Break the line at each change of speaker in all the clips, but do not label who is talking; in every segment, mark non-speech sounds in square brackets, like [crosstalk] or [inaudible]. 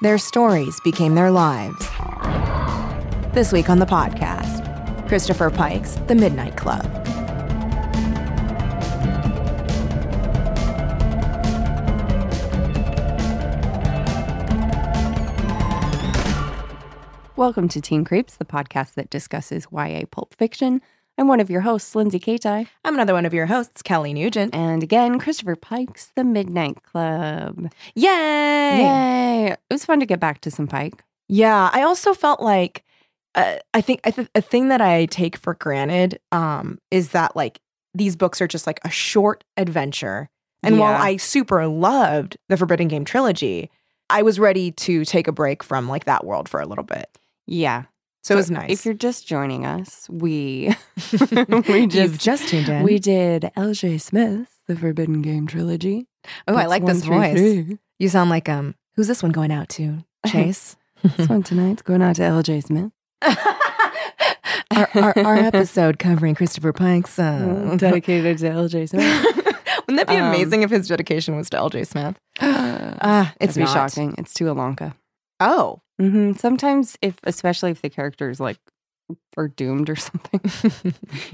Their stories became their lives. This week on the podcast, Christopher Pike's The Midnight Club.
Welcome to Teen Creeps, the podcast that discusses YA pulp fiction. I'm one of your hosts, Lindsay Kaitai.
I'm another one of your hosts, Kelly Nugent.
And again, Christopher Pike's The Midnight Club.
Yay!
Yay! It was fun to get back to some Pike.
Yeah, I also felt like uh, I think I th- a thing that I take for granted um, is that like these books are just like a short adventure. And while
Yeah.
I super loved the Forbidden Game trilogy, I was ready to take a break from like that world for a little bit.
Yeah.
So, it was nice.
If you're just joining us, we
[laughs]
[laughs]
we
You've
just, just tuned in.
we did L.J. Smith's The Forbidden Game Trilogy.
oh, I
That's
like this
one, three,
voice.
three.
You sound like um. Who's this one going out [laughs] to? Chase.
This one tonight's going out to L.J. Smith.
our, our, our episode covering Christopher Pike's. Uh, dedication.
[laughs] dedicated to L.J. Smith.
[laughs] Wouldn't that be
Um,
amazing if his dedication was to L.J. Smith?
That'd
Ah, it's
be
not.
shocking. It's to Alonka.
[laughs] Oh,
hmm Sometimes, if especially if the characters like are doomed or [laughs] something,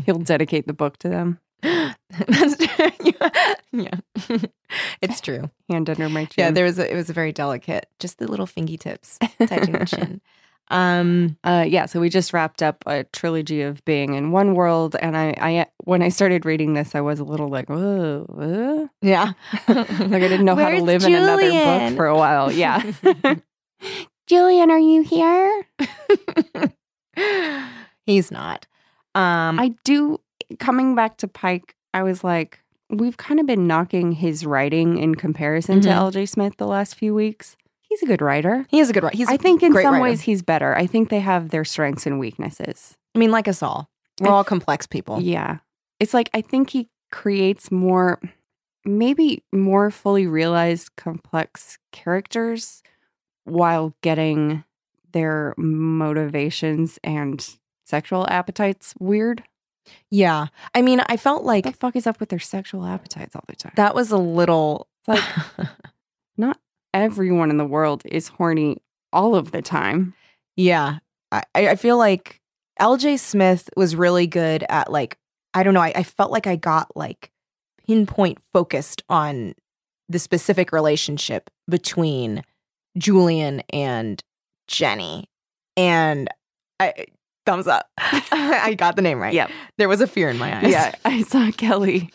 he'll dedicate the book to them.
that's true. yeah, yeah. [laughs] it's true.
Hand under my chin.
Yeah, there was a, it was a very delicate, just the little fingy tips touching the [laughs] chin. Um,
Uh, yeah, so we just wrapped up a trilogy of being in one world, and I, I when I started reading this, I was a little like, whoa, whoa."
yeah, [laughs] like
like I didn't know how to live in another book for a while. Yeah,
[laughs]
Julian, are you here?
[laughs] He's not. Um,
I do. Coming back to Pike, I was like, we've kind of been knocking his writing in comparison to
Mhm.
L.J. Smith the last few weeks. He's a good writer.
he is a good writer. He's
I think in
great
some
writer.
ways he's better. I think they have their strengths and weaknesses.
I mean, like us all, we're
I-
all complex people.
Yeah. It's like I think he creates more maybe more fully realized complex characters while getting their motivations and sexual appetites weird.
Yeah. I mean, I felt like
What the fuck is up with their sexual appetites all the time?
that was a [laughs] little
It's like everyone in the world is horny all of the time.
yeah. I, I I feel like LJ Smith was really good at like, I don't know, I, I felt like I got like pinpoint focused on the specific relationship between Julian and Jenny. And I thumbs up. [laughs] I got the name right.
Yep.
There was a fear in my eyes.
Yeah, [laughs] I saw Kelly.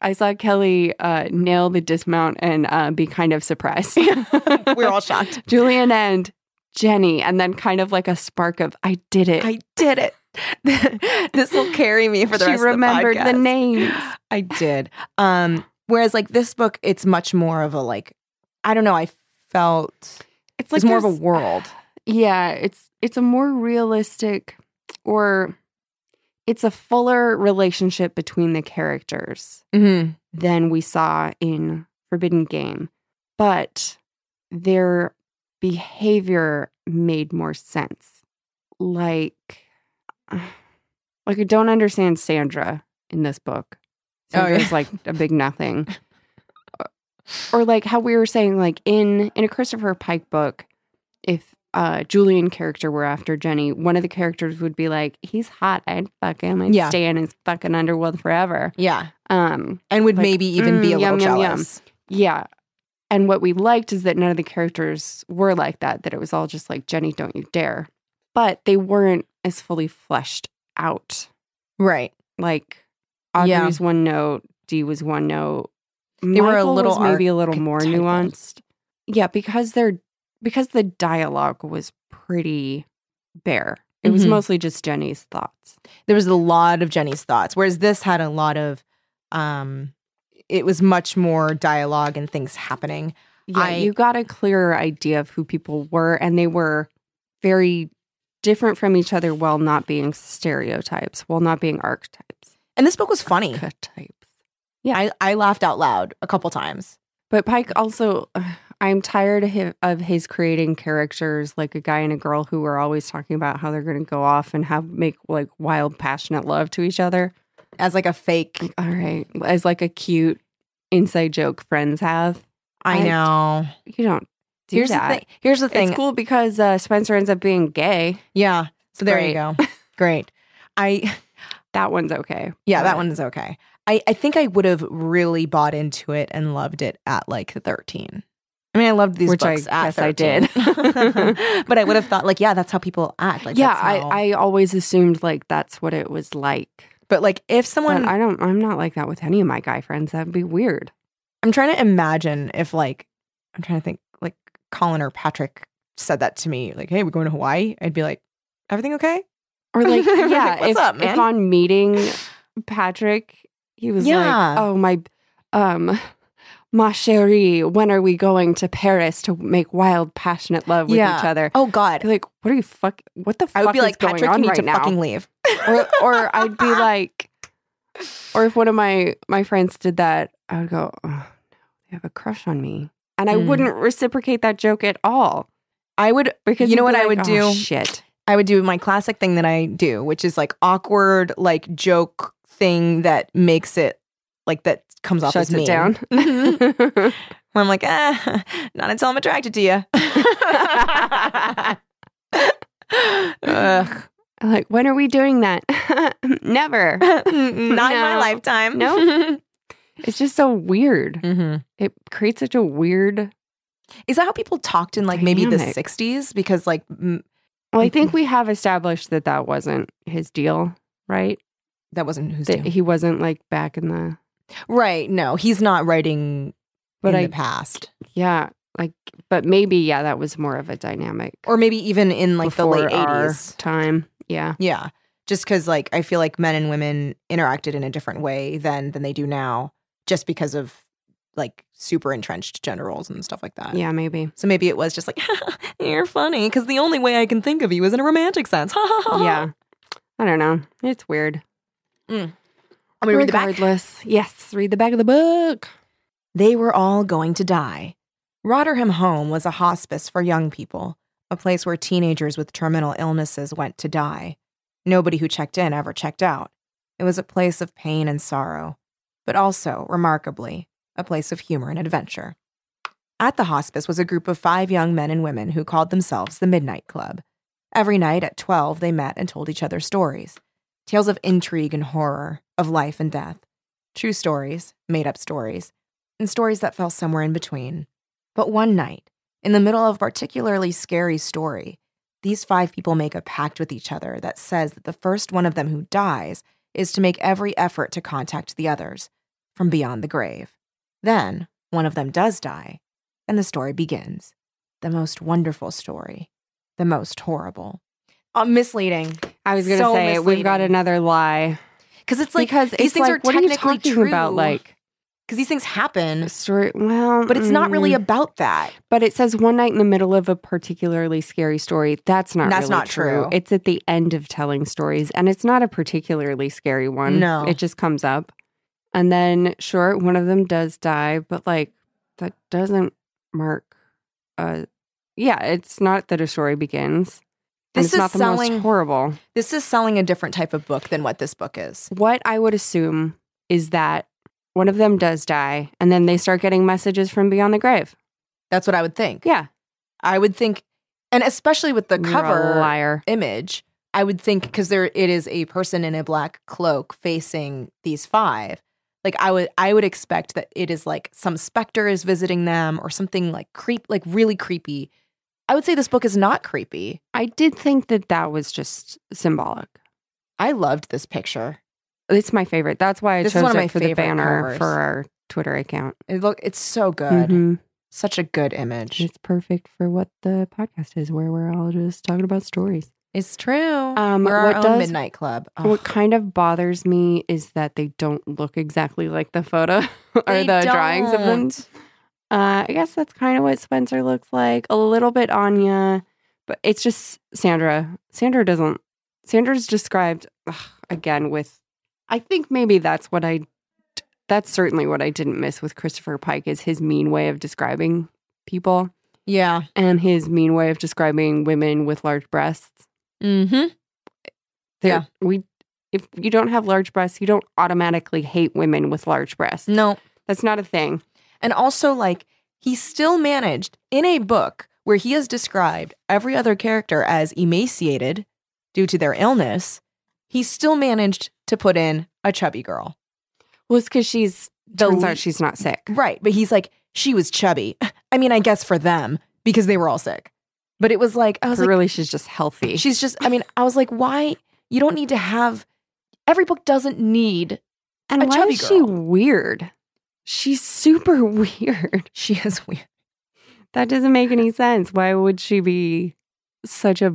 I saw Kelly uh, nail the dismount and uh, be kind of surprised. [laughs]
We were all shocked.
Julian and Jenny, and then kind of like a spark of I did
[laughs]
it.
I did it. [laughs] this will carry me for the
she
rest
remembered
of
the,
the podcast.
names.
[laughs] I did. Um, whereas like this book, it's much more of a like, I don't know. I felt it's,
It's
more of a
there's-
world.
Yeah, it's it's a more realistic, or it's a fuller relationship between the characters.
Mm-hmm.
than we saw in Forbidden Game, but their behavior made more sense. Like, [sighs] like I don't understand Sandra in this book.
Oh, yeah.
Sandra's like a
[laughs]
big nothing, or like how we were saying, like in in a Christopher Pike book, if uh Julian character were after Jenny, one of the characters would be like, "He's hot. I'd fuck him. I'd
Yeah.
stay in his fucking underworld forever."
Yeah,
Um,
and would
Like,
maybe even be a
mm,
little
yum, yum, yum.
jealous.
yeah. And what we liked is that none of the characters were like that, that it was all just like, Jenny, don't you dare. But they weren't as fully fleshed out.
Right.
Like
Yeah.
Audrey's one note, Dee was one note.
They were a
Michael
little
was maybe a little more
archetypal.
nuanced. Yeah, because they're because the dialogue was pretty bare. It was
Mhm.
mostly just Jenny's thoughts.
There was a lot of Jenny's thoughts, whereas this had a lot of, um, it was much more dialogue and things happening.
Yeah,
I-
you got a clearer idea of who people were, and they were very different from each other while not being stereotypes, while not being archetypes.
And this book was funny.
Archetypes.
I, I laughed out loud a couple times.
But Pike also, I'm tired of his, of his creating characters like a guy and a girl who are always talking about how they're going to go off and have make like wild, passionate love to each other.
as like a fake.
Like, all right, as like a cute inside joke friends have.
I
I-
know.
You don't do
Here's
that.
the thing. Here's the thing.
It's cool because uh, Spencer ends up being gay.
Yeah. So there you
Great. [laughs]
go. Great. I
That one's okay.
yeah, that
But-
one is okay. I I think I would have really bought into it and loved it at like 13. I mean, I loved these
Which I
books at
guess I did. [laughs]
13. [laughs] but I would have thought like, yeah, that's how people act. Like,
yeah,
that's how-
I, I always assumed like that's what it was like.
But like, if
But
someone,
I don't. I'm not like that with any of my guy friends. That'd be weird.
I'm trying to imagine if like, I'm trying to think like Colin or Patrick said that to me, like, hey, we're going to Hawaii. I'd be like, everything okay? [laughs]
Or like,
Like,
yeah,
what's
if,
up,
if
man?
on meeting Patrick, he was
Yeah.
like, "Oh my, um, [laughs] ma chérie, when are we going to Paris to make wild, passionate love with
Yeah.
each other?"
Oh God,
I'd be like, "What are you fuck? What the fuck
I would be
is
like,
going
Patrick, you
on
need
right
to
now?"
fucking [laughs] leave.
or [laughs] or I'd be like, or if one of my my friends did that, I would go, oh, no, they have a crush on me, and I
Mm.
wouldn't reciprocate that joke at all
I would
because
You know what
you'd be
I
like,
would
"Oh,
do?
Shit,
I would do my classic thing that I do, which is like awkward, like joke thing that makes it like that comes off
shuts
as mean.
it down.
[laughs]
[laughs]
Where I'm like, ah, not until I'm attracted to you. [laughs] [laughs] Ugh.
I'm like, when are we doing that? [laughs] Never.
Not in my
No.
lifetime. [laughs]
No. It's just so weird.
hmm
It creates such a weird.
Is that how people talked in like maybe the
Dynamic.
60s? Because like, m-
Well, I think we have established that that wasn't his deal, right?
that wasn't who's
That
doing.
he wasn't like back in the.
Right. No, he's not writing
But
in
I
the past.
Yeah, like, but maybe yeah, that was more of a dynamic
Or maybe even in like the late
before our
80s.
time. Yeah,
Yeah. Just because, like, I feel like men and women interacted in a different way then than they do now, just because of like super entrenched gender roles and stuff like that.
yeah, maybe.
So maybe it was just like, [laughs] you're funny because the only way I can think of you is in a romantic sense. [laughs]
yeah, I don't know. It's weird.
I'm gonna read the back.
Regardless, yes, read the back of the book.
They were all going to die. Rotherham Home was a hospice for young people, a place where teenagers with terminal illnesses went to die. Nobody who checked in ever checked out. It was a place of pain and sorrow, but also, remarkably, a place of humor and adventure. At the hospice was a group of five young men and women who called themselves the Midnight Club. Every night at 12, they met and told each other stories tales of intrigue and horror, of life and death, true stories, made up stories and stories that fell somewhere in between. But one night, in the middle of a particularly scary story, these five people make a pact with each other that says that the first one of them who dies is to make every effort to contact the others from beyond the grave. Then, one of them does die, and the story begins. The most wonderful story, the most horrible. Uh, misleading.
I was gonna
So
say we've got
misleading.
another lie
Because it's like,
because
these
it's
things
like,
are
what are you
technically
talking about?
true.
Like
because these things happen,
story. Well,
but it's not really
mm,
about that.
But it says one night in the middle of a particularly scary story. That's not
That's
really
not true.
It's at the end of telling stories, and it's not a particularly scary one.
No.
it just comes up, and then sure, one of them does die, but like that doesn't mark. Uh, yeah, it's not that a story begins. and
This
it's
is
not the
selling-
most horrible.
This is selling a different type of book than what this book is.
What I would assume is that one of them does die, and then they start getting messages from beyond the grave.
That's what I would think.
Yeah,
I would think, and especially with the
You're a
cover
liar.
image, I would think because there it is a person in a black cloak facing these five. Like I would, I would expect that it is like some specter is visiting them or something like creep, like really creepy. I would say this book is not creepy.
I did think that that was just symbolic.
I loved this picture.
It's my favorite. That's why I
This is
chose
one of
it
my
for the
favorite
banner
covers.
for our Twitter account.
It look, it's so good.
Mhm.
Such a good image.
It's perfect for what the podcast is, where we're all just talking about stories.
It's true.
Um,
We're our
what
own
does-
midnight club.
What
Ugh.
kind of bothers me is that they don't look exactly like the photo [laughs] or
They
the drawings of them.
don't.
Uh, I guess that's kind of what Spencer looks like. A little bit Anya, but it's just Sandra. Sandra doesn't. Sandra's described ugh, again with. I think maybe that's what I. That's certainly what I didn't miss with Christopher Pike is his mean way of describing people
Yeah.
and his mean way of describing women with large breasts.
Mm-hmm.
There-
Yeah.
we. If you don't have large breasts, you don't automatically hate women with large breasts.
No.
that's not a thing.
And also, like, he still managed in a book where he has described every other character as emaciated due to their illness, he still managed to put in a chubby girl.
Well, it's because she's.
The
turns
le-
out she's not sick.
Right. But he's like, she was chubby. [laughs] I mean, I guess for them because they were all sick. But it was like, I was
But
like,
really, she's just healthy.
she's just, I mean, I was like, why? You don't need to have, every book doesn't need, [laughs]
and
a
why
chubby
is she
girl.
weird? She's super [laughs] weird.
she is weird.
That doesn't make any sense. Why would she be such a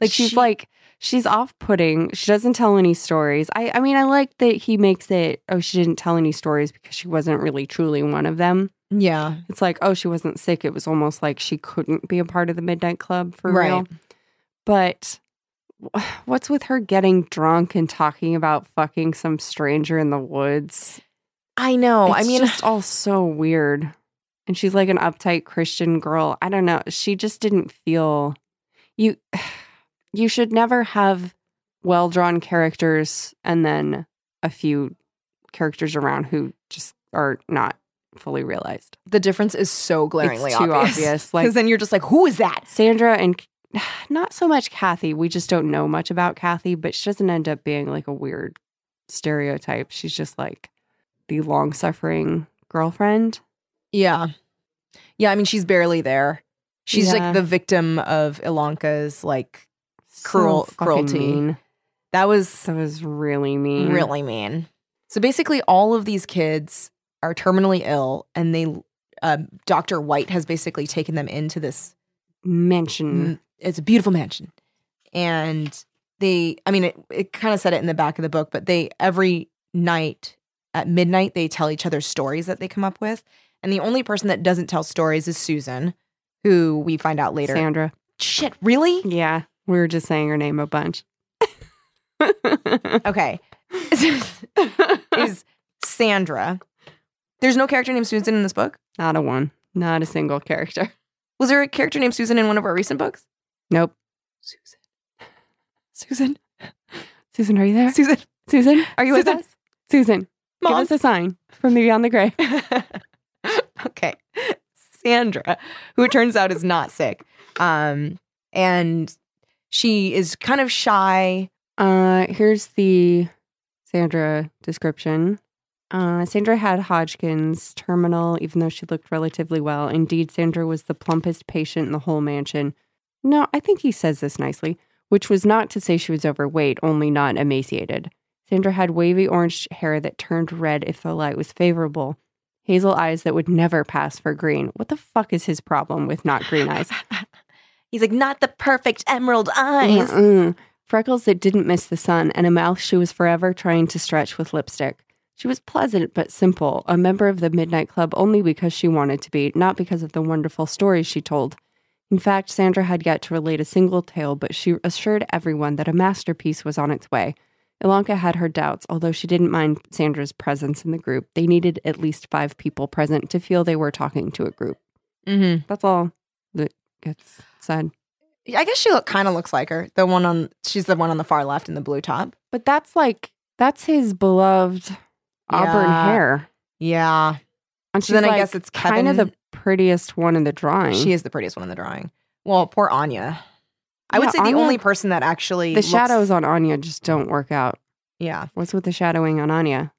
like? She's
She-
like she's off-putting. She doesn't tell any stories. I I mean, I like that he makes it. Oh, she didn't tell any stories because she wasn't really truly one of them.
Yeah.
It's like oh, she wasn't sick. It was almost like she couldn't be a part of the midnight club for
Right.
real. But [sighs] wh- what's with her getting drunk and talking about fucking some stranger in the woods?
I know. Oh, I
It's
mean,
just all so weird. And she's like an uptight Christian girl. I don't know. She just didn't feel you. [sighs] You should never have well drawn characters and then a few characters around who just are not fully realized.
the difference is so glaringly
it's too obvious.
[laughs] Because
Like
then you're just like, who is that?
Sandra and [sighs] not so much Kathy. We just don't know much about Kathy, but she doesn't end up being like a weird stereotype. She's just like the long suffering girlfriend.
Yeah. Yeah, I mean she's barely there. She's
Yeah.
like the victim of Ilanka's like cruel-
fucking
cruelty.
mean.
that was
That was really mean.
really mean. So basically all of these kids are terminally ill and they um, Dr. White has basically taken them into this
mention.
mm, it's a beautiful mansion. And they I mean it, it kind of said it in the back of the book, but they every night at midnight they tell each other stories that they come up with. And the only person that doesn't tell stories is Susan, who we find out later
Sandra.
Shit, really?
[laughs] Yeah, we were just saying her name a bunch. [laughs]
Okay. [laughs] is Sandra. There's no character named Susan in this book.
not a one. Not a single character.
Was there a character named Susan in one of our recent books?
Nope.
Susan. Susan.
[laughs] Susan, are you there?
Susan.
Susan,
Are you with
Susan?
us?
Susan,
Mom.
give us a sign from the beyond the grave.
[laughs] okay. Sandra, who it turns out is not sick. Um, and she is kind of shy.
Uh, here's the Sandra description. Uh, Sandra had Hodgkin's terminal, even though she looked relatively well. Indeed, Sandra was the plumpest patient in the whole mansion. No, I think he says this nicely, which was not to say she was overweight, only not emaciated. Sandra had wavy orange hair that turned red if the light was favorable, hazel eyes that would never pass for green. What the fuck is his problem with not green eyes?
[laughs] He's like, not the perfect emerald eyes.
Mm-mm. Freckles that didn't miss the sun, and a mouth she was forever trying to stretch with lipstick. She was pleasant but simple, a member of the Midnight Club only because she wanted to be, not because of the wonderful stories she told. In fact, Sandra had yet to relate a single tale, but she assured everyone that a masterpiece was on its way. Ilanka had her doubts, although she didn't mind Sandra's presence in the group. They needed at least five people present to feel they were talking to a group.
Mm-hmm.
That's all that gets said.
I guess she look kind of looks like her. The one on she's the one on the far left in the blue top.
But that's like that's his beloved auburn
Yeah.
hair.
Yeah.
And
So then
she's,
I
like,
guess it's Kevin.
kind of the prettiest one in the drawing.
she is the prettiest one in the drawing. Well, poor Anya. I
Yeah,
would say
Anya-
the only person that actually
the
looks-
shadows on Anya just don't work out.
Yeah.
What's with the shadowing on Anya?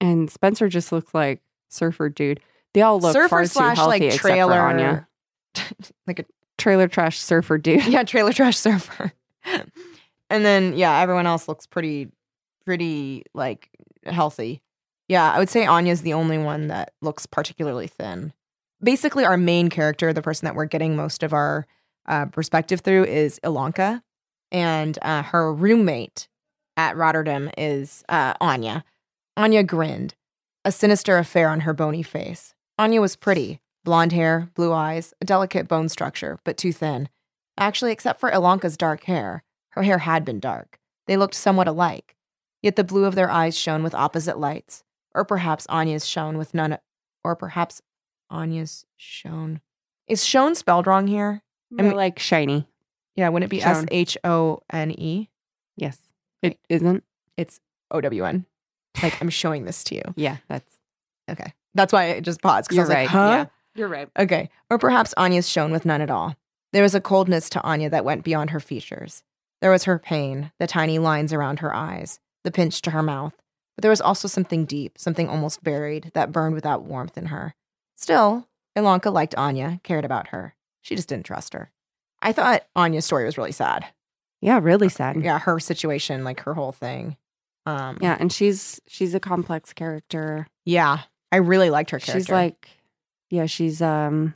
And Spencer just looks like surfer dude. They all look
Surfer
far
slash
too healthy
like
except for
trailer.
Anya.
[laughs] like a
Trailer trash surfer
[laughs]
dude. [laughs]
yeah trailer trash surfer. and then yeah, everyone else looks pretty, pretty like healthy. Yeah, I would say Anya's the only one that looks particularly thin. Basically, our main character, the person that we're getting most of our uh, perspective through, is Ilanka, and uh, her roommate at Rotterdam is uh, Anya. Anya grinned, a sinister affair on her bony face. Anya was pretty, Blonde hair, blue eyes, a delicate bone structure, but too thin. Actually, except for Ilanka's dark hair, her hair had been dark. They looked somewhat alike. Yet the blue of their eyes shone with opposite lights, or perhaps Anya's shone with none, or perhaps Anya's shone. Is shone spelled wrong here?
I mean, like shiny.
Yeah, wouldn't it be S
Shone.
H O N E?
Yes.
Right.
It isn't.
It's O W N. Like, I'm showing this to you.
Yeah, that's
Okay. That's why I just paused because I
you're
was
right.
like, huh?
Yeah. You're right.
Okay. Or perhaps Anya's shone with none at all. There was a coldness to Anya that went beyond her features. There was her pain, the tiny lines around her eyes, the pinch to her mouth. But there was also something deep, something almost buried, that burned without warmth in her. Still, Ilanka liked Anya, cared about her. She just didn't trust her. I thought Anya's story was really sad.
Yeah, really sad.
Yeah, her situation, like her whole thing. Um,
Mm. Yeah, and she's she's a complex character.
yeah, I really liked her character.
She's like, yeah, she's um,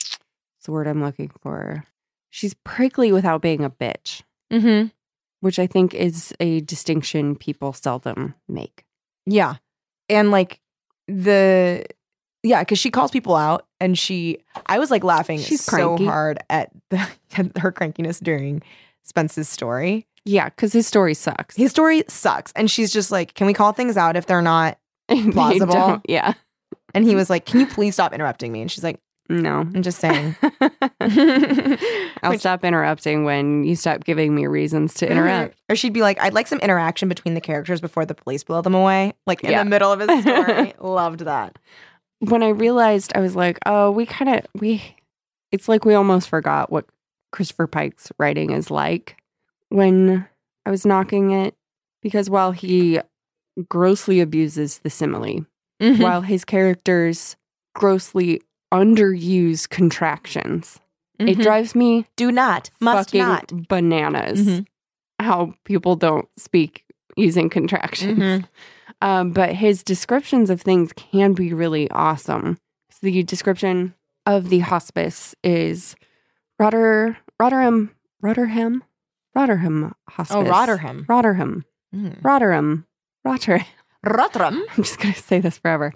it's the word I'm looking for. She's prickly without being a bitch,
mm-hmm.
which I think is a distinction people seldom make.
Yeah. And like the yeah, because she calls people out and she I was like laughing
She's
so
cranky.
hard at, the, [laughs] at her crankiness during Spence's story.
Yeah, because his story sucks. [laughs]
His story sucks. And she's just like, Can we call things out if they're not?
They
plausible.
don't- [laughs] Yeah.
And
Mm-hmm.
he was like, Can you please stop interrupting me? And she's like,
No. [laughs]
I'm just saying.
I'll
Which-
stop interrupting when you stop giving me reasons [laughs] to interrupt.
[laughs] Or she'd be like, I'd like some interaction between the characters before the police blow them away. Like in
Yeah.
the middle of his
[laughs]
story. Loved that.
When I realized, I was like, oh, we kind of we. It's like we almost forgot what Christopher Pike's writing is like when I was knocking it because while he grossly abuses the simile,
Mm-hmm.
while his characters grossly underuse contractions, it
Mhm.
drives me
Do not, must
mm-hmm. fucking
not.
bananas
Mhm.
how people don't speak using contractions.
Mhm.
Um, but his descriptions of things can be really awesome. So the description of the hospice is Rotter Rotherham Rotherham Rotherham Hospice.
Oh, Rotherham.
Rotherham Rotherham Rotter.
Rotterdam.
[laughs] I'm just gonna say this forever.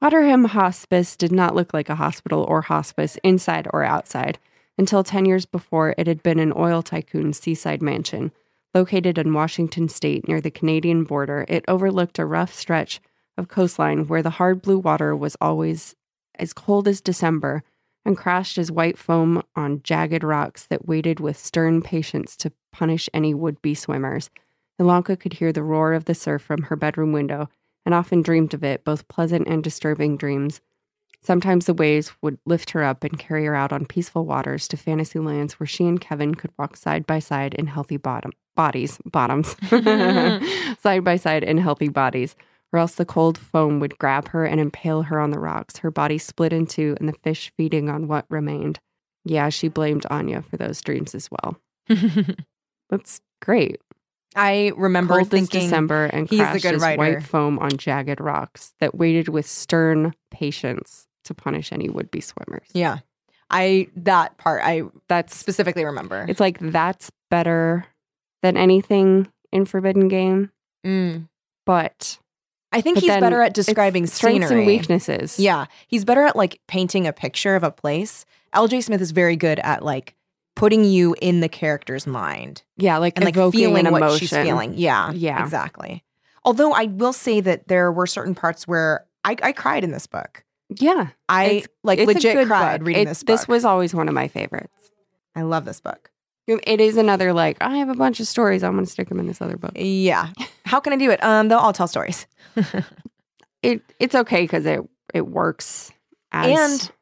Rotherham Hospice did not look like a hospital or hospice inside or outside. Until 10 years before, it had been an oil tycoon's seaside mansion. Located in Washington state near the Canadian border, it overlooked a rough stretch of coastline where the hard blue water was always as cold as December and crashed as white foam on jagged rocks that waited with stern patience to punish any would be swimmers. Ilanka could hear the roar of the surf from her bedroom window and often dreamed of it, both pleasant and disturbing dreams. Sometimes the waves would lift her up and carry her out on peaceful waters to fantasy lands where she and Kevin could walk side by side in healthy bottom bodies, bottoms, [laughs] side by side in healthy bodies, or else the cold foam would grab her and impale her on the rocks, her body split in two, and the fish feeding on what remained. Yeah, she blamed Anya for those dreams as well. That's great.
[laughs] I remember
Cold as
thinking.
December and
he's a
crashed
good
as
writer.
white foam on jagged rocks that waited with stern patience to punish any would-be swimmers.
Yeah, I that part I
That's
specifically remember.
it's like that's better than anything in Forbidden Game,
Mm.
but
I think
But
he's
then
better at
it's
describing
strengths
scenery.
and weaknesses.
Yeah, he's better at like painting a picture of a place. L.J. Smith is very good at like putting you in the character's mind
yeah, like
and like
evoking
feeling
an emotion.
what she's feeling. Yeah,
Yeah.
exactly. Although I will say that there were certain parts where I, I cried in this book.
Yeah,
I
It's-
like
it's a
legit
good
cried
book.
reading
It-
this book.
This was always one of my favorites.
I love this book.
It is another like I have a bunch of stories. I'm going to stick them in this other book.
Yeah. How can I do it? Um, they'll all tell stories.
It it's okay because it it works as
And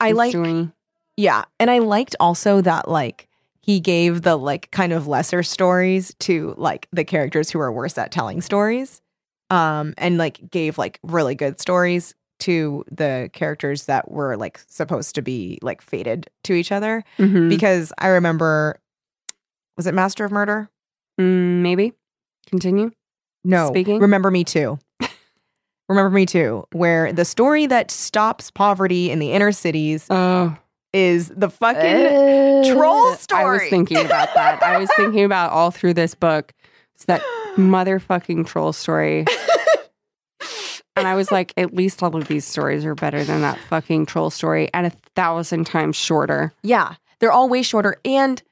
I
it's
like
doing.
yeah, and I liked also that like he gave the like kind of lesser stories to like the characters who are worse at telling stories. Um and like gave like really good stories to the characters that were like supposed to be like fated to each other
Mhm.
because I remember was it Master of Murder?
Mm, maybe. Continue.
No.
Speaking?
Remember Me
[laughs]
Too. Remember Me Too, where the story that stops poverty in the inner cities
Oh.
is the fucking troll story.
Eh. I was thinking about that. I was
[laughs]
thinking about
[gasps]
all through this book. It's that motherfucking troll story. And I was like, at least all of these stories are better than that fucking troll story and a thousand times shorter.
Yeah, they're all way shorter. And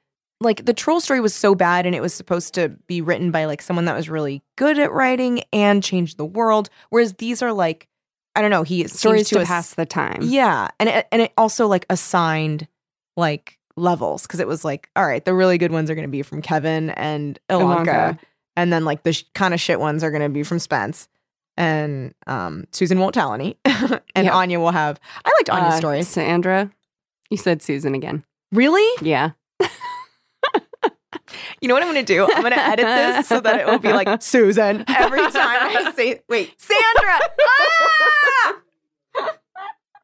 like the troll story was so bad, and it was supposed to be written by like someone that was really good at writing and change the world. Whereas these are like, I don't know, he seems
Stories to
ass-
pass the time.
Yeah, and it, and it also like assigned like levels because it was like, all right, the really good ones are going to be from Kevin and Ilanka,
Ilanka.
and then like the sh- kind of shit ones are going to be from Spence. And um, Susan won't tell any, [laughs] and
Yep.
Anya will have. I liked Anya's
Uh,
stories.
Sandra, you said Susan again.
Really?
Yeah.
You know what I'm going to do? I'm going to edit this so that it will be like [laughs] Susan every time [laughs] I say. Wait, Sandra. Ah!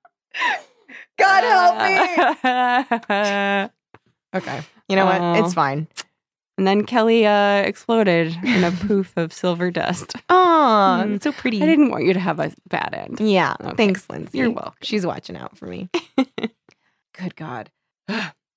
[laughs] God help me.
me.
Okay. You know what?
Oh.
It's fine.
[laughs] and then Kelly uh, exploded in
[laughs]
a poof of silver dust.
Oh,
Hmm.
it's so pretty.
I didn't want you to have a bad end.
Yeah.
Okay.
Thanks, Lindsay.
You're welcome.
She's watching out for
[laughs]
me. Good God.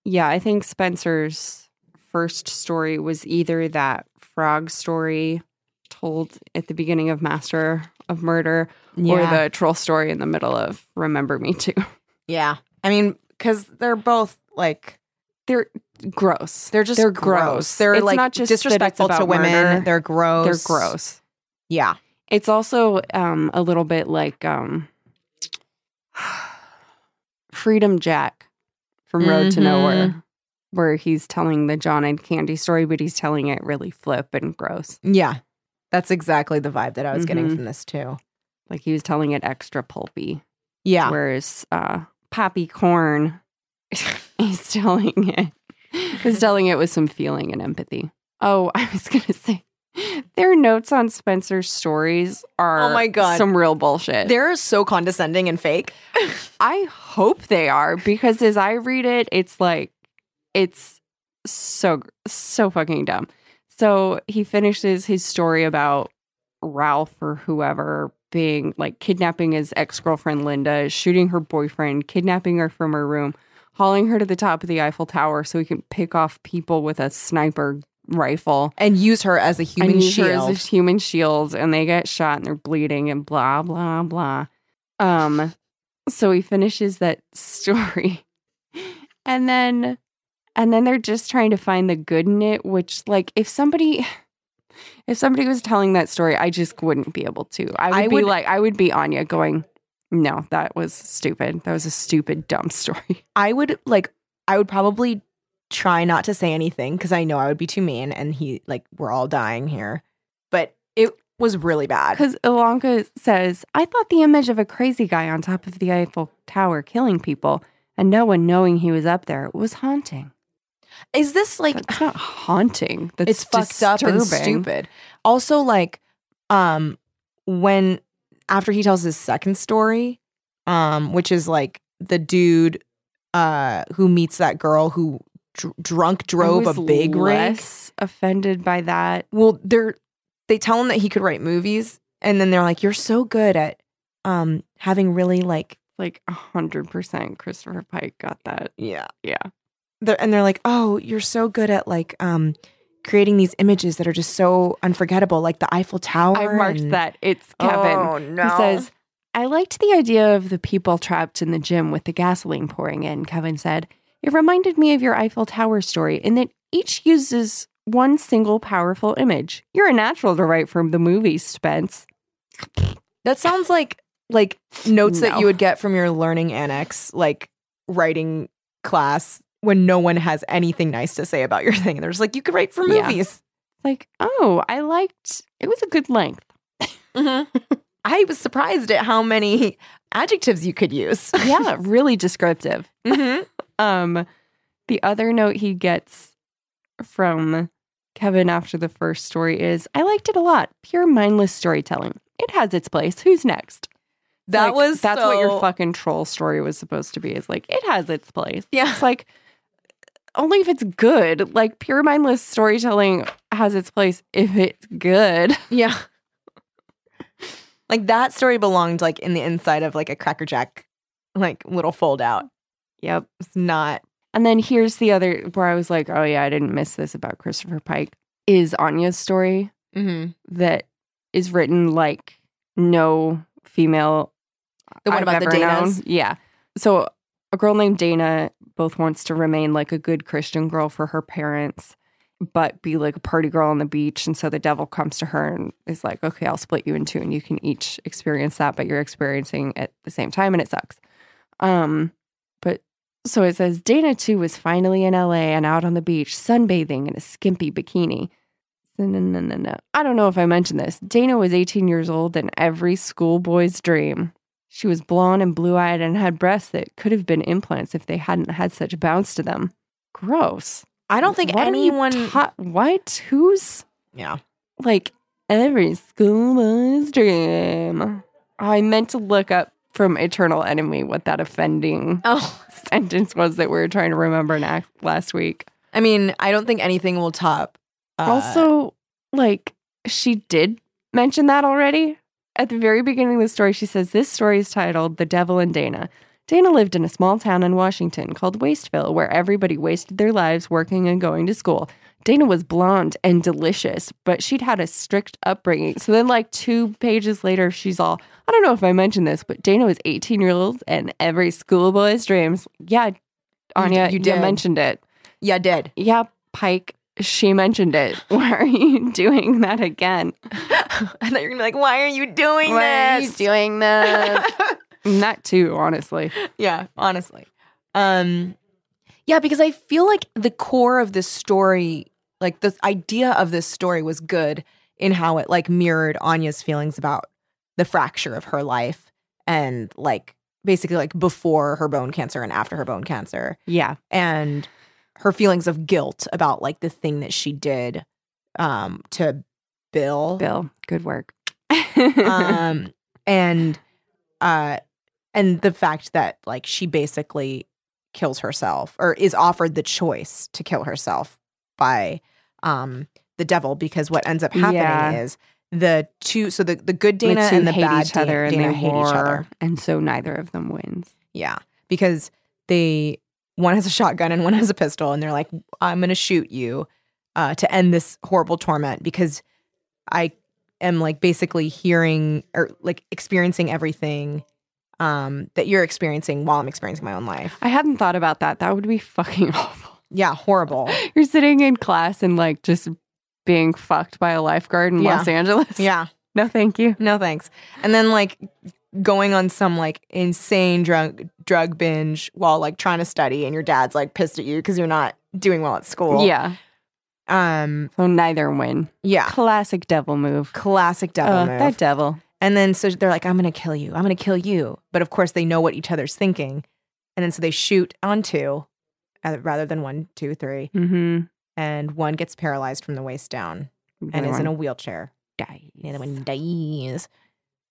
Yeah, I think Spencer's first story was either that frog story told at the beginning of Master of Murder or the troll story in the middle of Remember Me Too.
yeah. I mean, because they're both like
[laughs] Gross.
they're just
They're
gross.
gross.
They're
It's
like
not just that it's
disrespectful to
about
women.
murder.
They're gross.
They're gross.
Yeah.
It's also um, a little bit like um, [sighs] Freedom Jack from Road to
Mhm.
Nowhere, where he's telling the John and Candy story, but he's telling it really flip and gross.
Yeah. That's exactly the vibe that I was getting
Mhm.
from this too.
Like he was telling it extra pulpy.
Yeah.
Whereas uh, Poppy Corn [laughs] is telling it is telling it with some feeling and empathy. Oh, I was gonna say their notes on Spencer's stories are
Oh my God.
some real bullshit.
They're so condescending and fake.
I hope they are because as I read it, it's like it's so so fucking dumb. So he finishes his story about Ralph or whoever being like kidnapping his ex girlfriend Linda, shooting her boyfriend, kidnapping her from her room, hauling her to the top of the Eiffel Tower so he can pick off people with a sniper rifle.
And use her as a human
and use her as
shield.
a human shield, and they get shot and they're bleeding and blah blah blah. Um, so he finishes that [laughs] story, and then, and then they're just trying to find the good in it. Which, like, if somebody, if somebody was telling that story, I just wouldn't be able to. I would
I
be
would-
like, I would be Anya going. No, that was stupid. That was a stupid, dumb [laughs] story.
I would like I would probably try not to say anything because I know I would be too mean and he like we're all dying here. But it was really bad.
Because Ilanka says, I thought the image of a crazy guy on top of the Eiffel Tower killing people and no one knowing he was up there was haunting.
Is this like
That's not haunting.
[sighs]
That's
it's fucked up and
disturbing.
stupid. Also, like, um, when after he tells his second story, um, which is like the dude, uh, who meets that girl who dr- drunk drove
I
a
was
big rig.
less offended by that.
Well, they're they tell him that he could write movies, and then they're like, "You're so good at, um, having really like."
Like 100% Christopher Pike got that.
Yeah.
Yeah.
They're, and they're like, "Oh, you're so good at like um creating these images that are just so unforgettable, like the Eiffel Tower."
I marked
and- Oh,
that. It's Kevin.
no.
He says, I liked the idea of the people trapped in the gym with the gasoline pouring in, Kevin said. It reminded me of your Eiffel Tower story in that each uses one single powerful image. You're a natural to write from the movies, Spence.
that sounds like like notes that
No.
you would get from your learning annex, like writing class when no one has anything nice to say about your thing. They're just like, you could write for
Yeah.
movies.
Like, oh, I liked it was a good length. [laughs]
Mm-hmm. [laughs] I was surprised at how many adjectives you could use.
Yeah, really descriptive.
Mhm.
Um, the other note he gets from Kevin after the first story is I liked it a lot. Pure mindless storytelling. It has its place. Who's next?
[laughs]
It's
That
like,
was
that's what your
so-
fucking troll story was supposed to be. Is like it has its place.
Yeah.
It's like only if it's good. Like pure mindless storytelling has its place if it's good. [laughs]
Yeah. Like that story belonged like in the inside of like a Cracker Jack like little fold out.
Yep.
It's not
And then here's the other where I was like, oh yeah, I didn't miss this about Christopher Pike.
Mm-hmm.
Is Anya's story that is written like no female.
The one
I've
about the
ever known.
Danas?
Yeah. So a girl named Dana both wants to remain like a good Christian girl for her parents, but be like a party girl on the beach. And so the devil comes to her and is like, okay, I'll split you in two and you can each experience that, but you're experiencing at the same time and it sucks. Um, but so it says Dana too was finally in LA and out on the beach, sunbathing in a skimpy bikini. No, no, no, no, no. I don't know if I mentioned this. Dana was 18 years old and every schoolboy's dream. She was blonde and blue eyed and had breasts that could have been implants if they hadn't had such bounce to them. Gross.
I don't think
What are you
anyone.
ta- what? Who's
yeah.
like every schoolboy's dream? I meant to look up from Eternal Enemy what that offending
Oh,
[laughs] sentence was that we were trying to remember na- last week.
I mean, I don't think anything will top. uh,
also, like, she did mention that already. At the very beginning of the story, she says, This story is titled The Devil and Dana. Dana lived in a small town in Washington called Wasteville, where everybody wasted their lives working and going to school. Dana was blonde and delicious, but she'd had a strict upbringing. So then, like two pages later, she's all, I don't know if I mentioned this, but Dana was 18 years old and every schoolboy's dreams. Yeah, Anya,
you
you
did.
mentioned it.
yeah, dead.
Yeah, Pike, she mentioned it. [laughs] Why are you doing that again?
[laughs] I thought you were gonna be like, why are you doing this? [laughs]
doing that too, honestly.
yeah, honestly. Um yeah, because I feel like the core of this story, like the idea of this story was good in how it like mirrored Anya's feelings about the fracture of her life and like basically like before her bone cancer and after her bone cancer
Yeah.
and her feelings of guilt about like the thing that she did um to Bill.
Bill, good work. [laughs]
um and uh and the fact that like she basically kills herself or is offered the choice to kill herself by um the devil because what ends up happening
Yeah.
is the two so the the good
The
Dana
two
and the
hate
bad
each other
Dana,
and they
hate each other.
war, And so neither of them wins.
Yeah, because they one has a shotgun and one has a pistol, and they're like, "I'm going to shoot you uh, to end this horrible torment," because I am like basically hearing or like experiencing everything um, that you're experiencing while I'm experiencing my own life.
I hadn't thought about that. That would be fucking [laughs] awful.
Yeah, horrible.
You're sitting in class and like just being fucked by a lifeguard in
Yeah.
Los Angeles.
yeah,
[laughs] No, thank you.
no thanks. And then like going on some like insane drug drug binge while like trying to study, and your dad's like pissed at you because you're not doing well at school.
Yeah.
Um.
So neither win.
Yeah.
Classic devil move.
classic devil
Uh,
move.
That devil.
and then so they're like, "I'm gonna kill you. I'm gonna kill you." But of course, they know what each other's thinking, and then so they shoot on two, uh, rather than one, two, three,
Mm-hmm.
and one gets paralyzed from the waist down and is in a wheelchair.
dies.
The other one dies,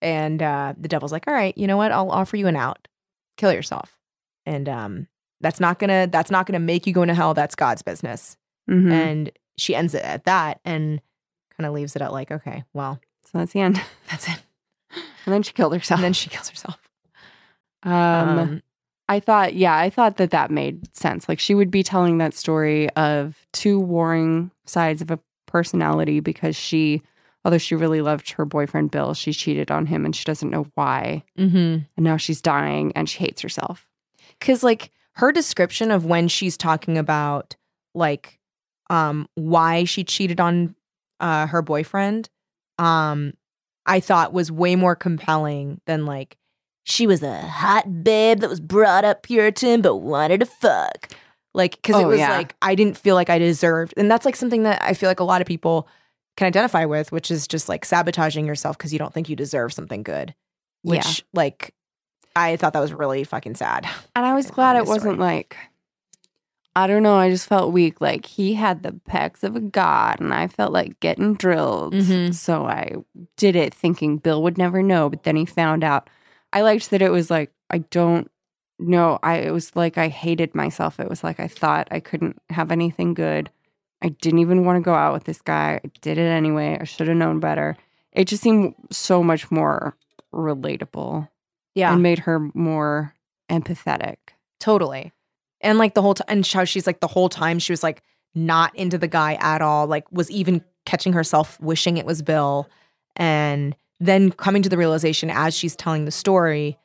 and uh, the devil's like, "All right, you know what? I'll offer you an out. Kill yourself." And um, that's not gonna that's not gonna make you go into hell. That's God's business.
Mhm.
And she ends it at that, and kind of leaves it at like, "Okay, well,
so [laughs] that's the end.
that's it."
And then she killed herself.
And then she kills herself.
[laughs] um, I thought, yeah, I thought that that made sense. Like she would be telling that story of two warring sides of a personality because she, although she really loved her boyfriend Bill, she cheated on him and she doesn't know why.
mm-hmm.
And now she's dying and she hates herself.
Cause like her description of when she's talking about like um why she cheated on uh her boyfriend, um, I thought was way more compelling than like she was a hot babe that was brought up Puritan but wanted to fuck. Like, because it
Oh,
was
yeah.
like I didn't feel like I deserved, and that's like something that I feel like a lot of people can identify with, which is just like sabotaging yourself because you don't think you deserve something good. Which,
Yeah.
like, I thought that was really fucking sad.
And I was
Okay,
glad
tell
it
me a story.
wasn't like, I don't know, I just felt weak. Like he had the pecs of a god and I felt like getting drilled.
Mhm.
So I did it thinking Bill would never know, but then he found out. I liked that it was like, I don't know. I it was like I hated myself. It was like I thought I couldn't have anything good. I didn't even want to go out with this guy. I did it anyway. I should have known better. It just seemed so much more relatable
Yeah,
and made her more empathetic.
totally. And like the whole time, and how she's like the whole time she was like not into the guy at all. Like, was even catching herself wishing it was Bill, and then coming to the realization as she's telling the story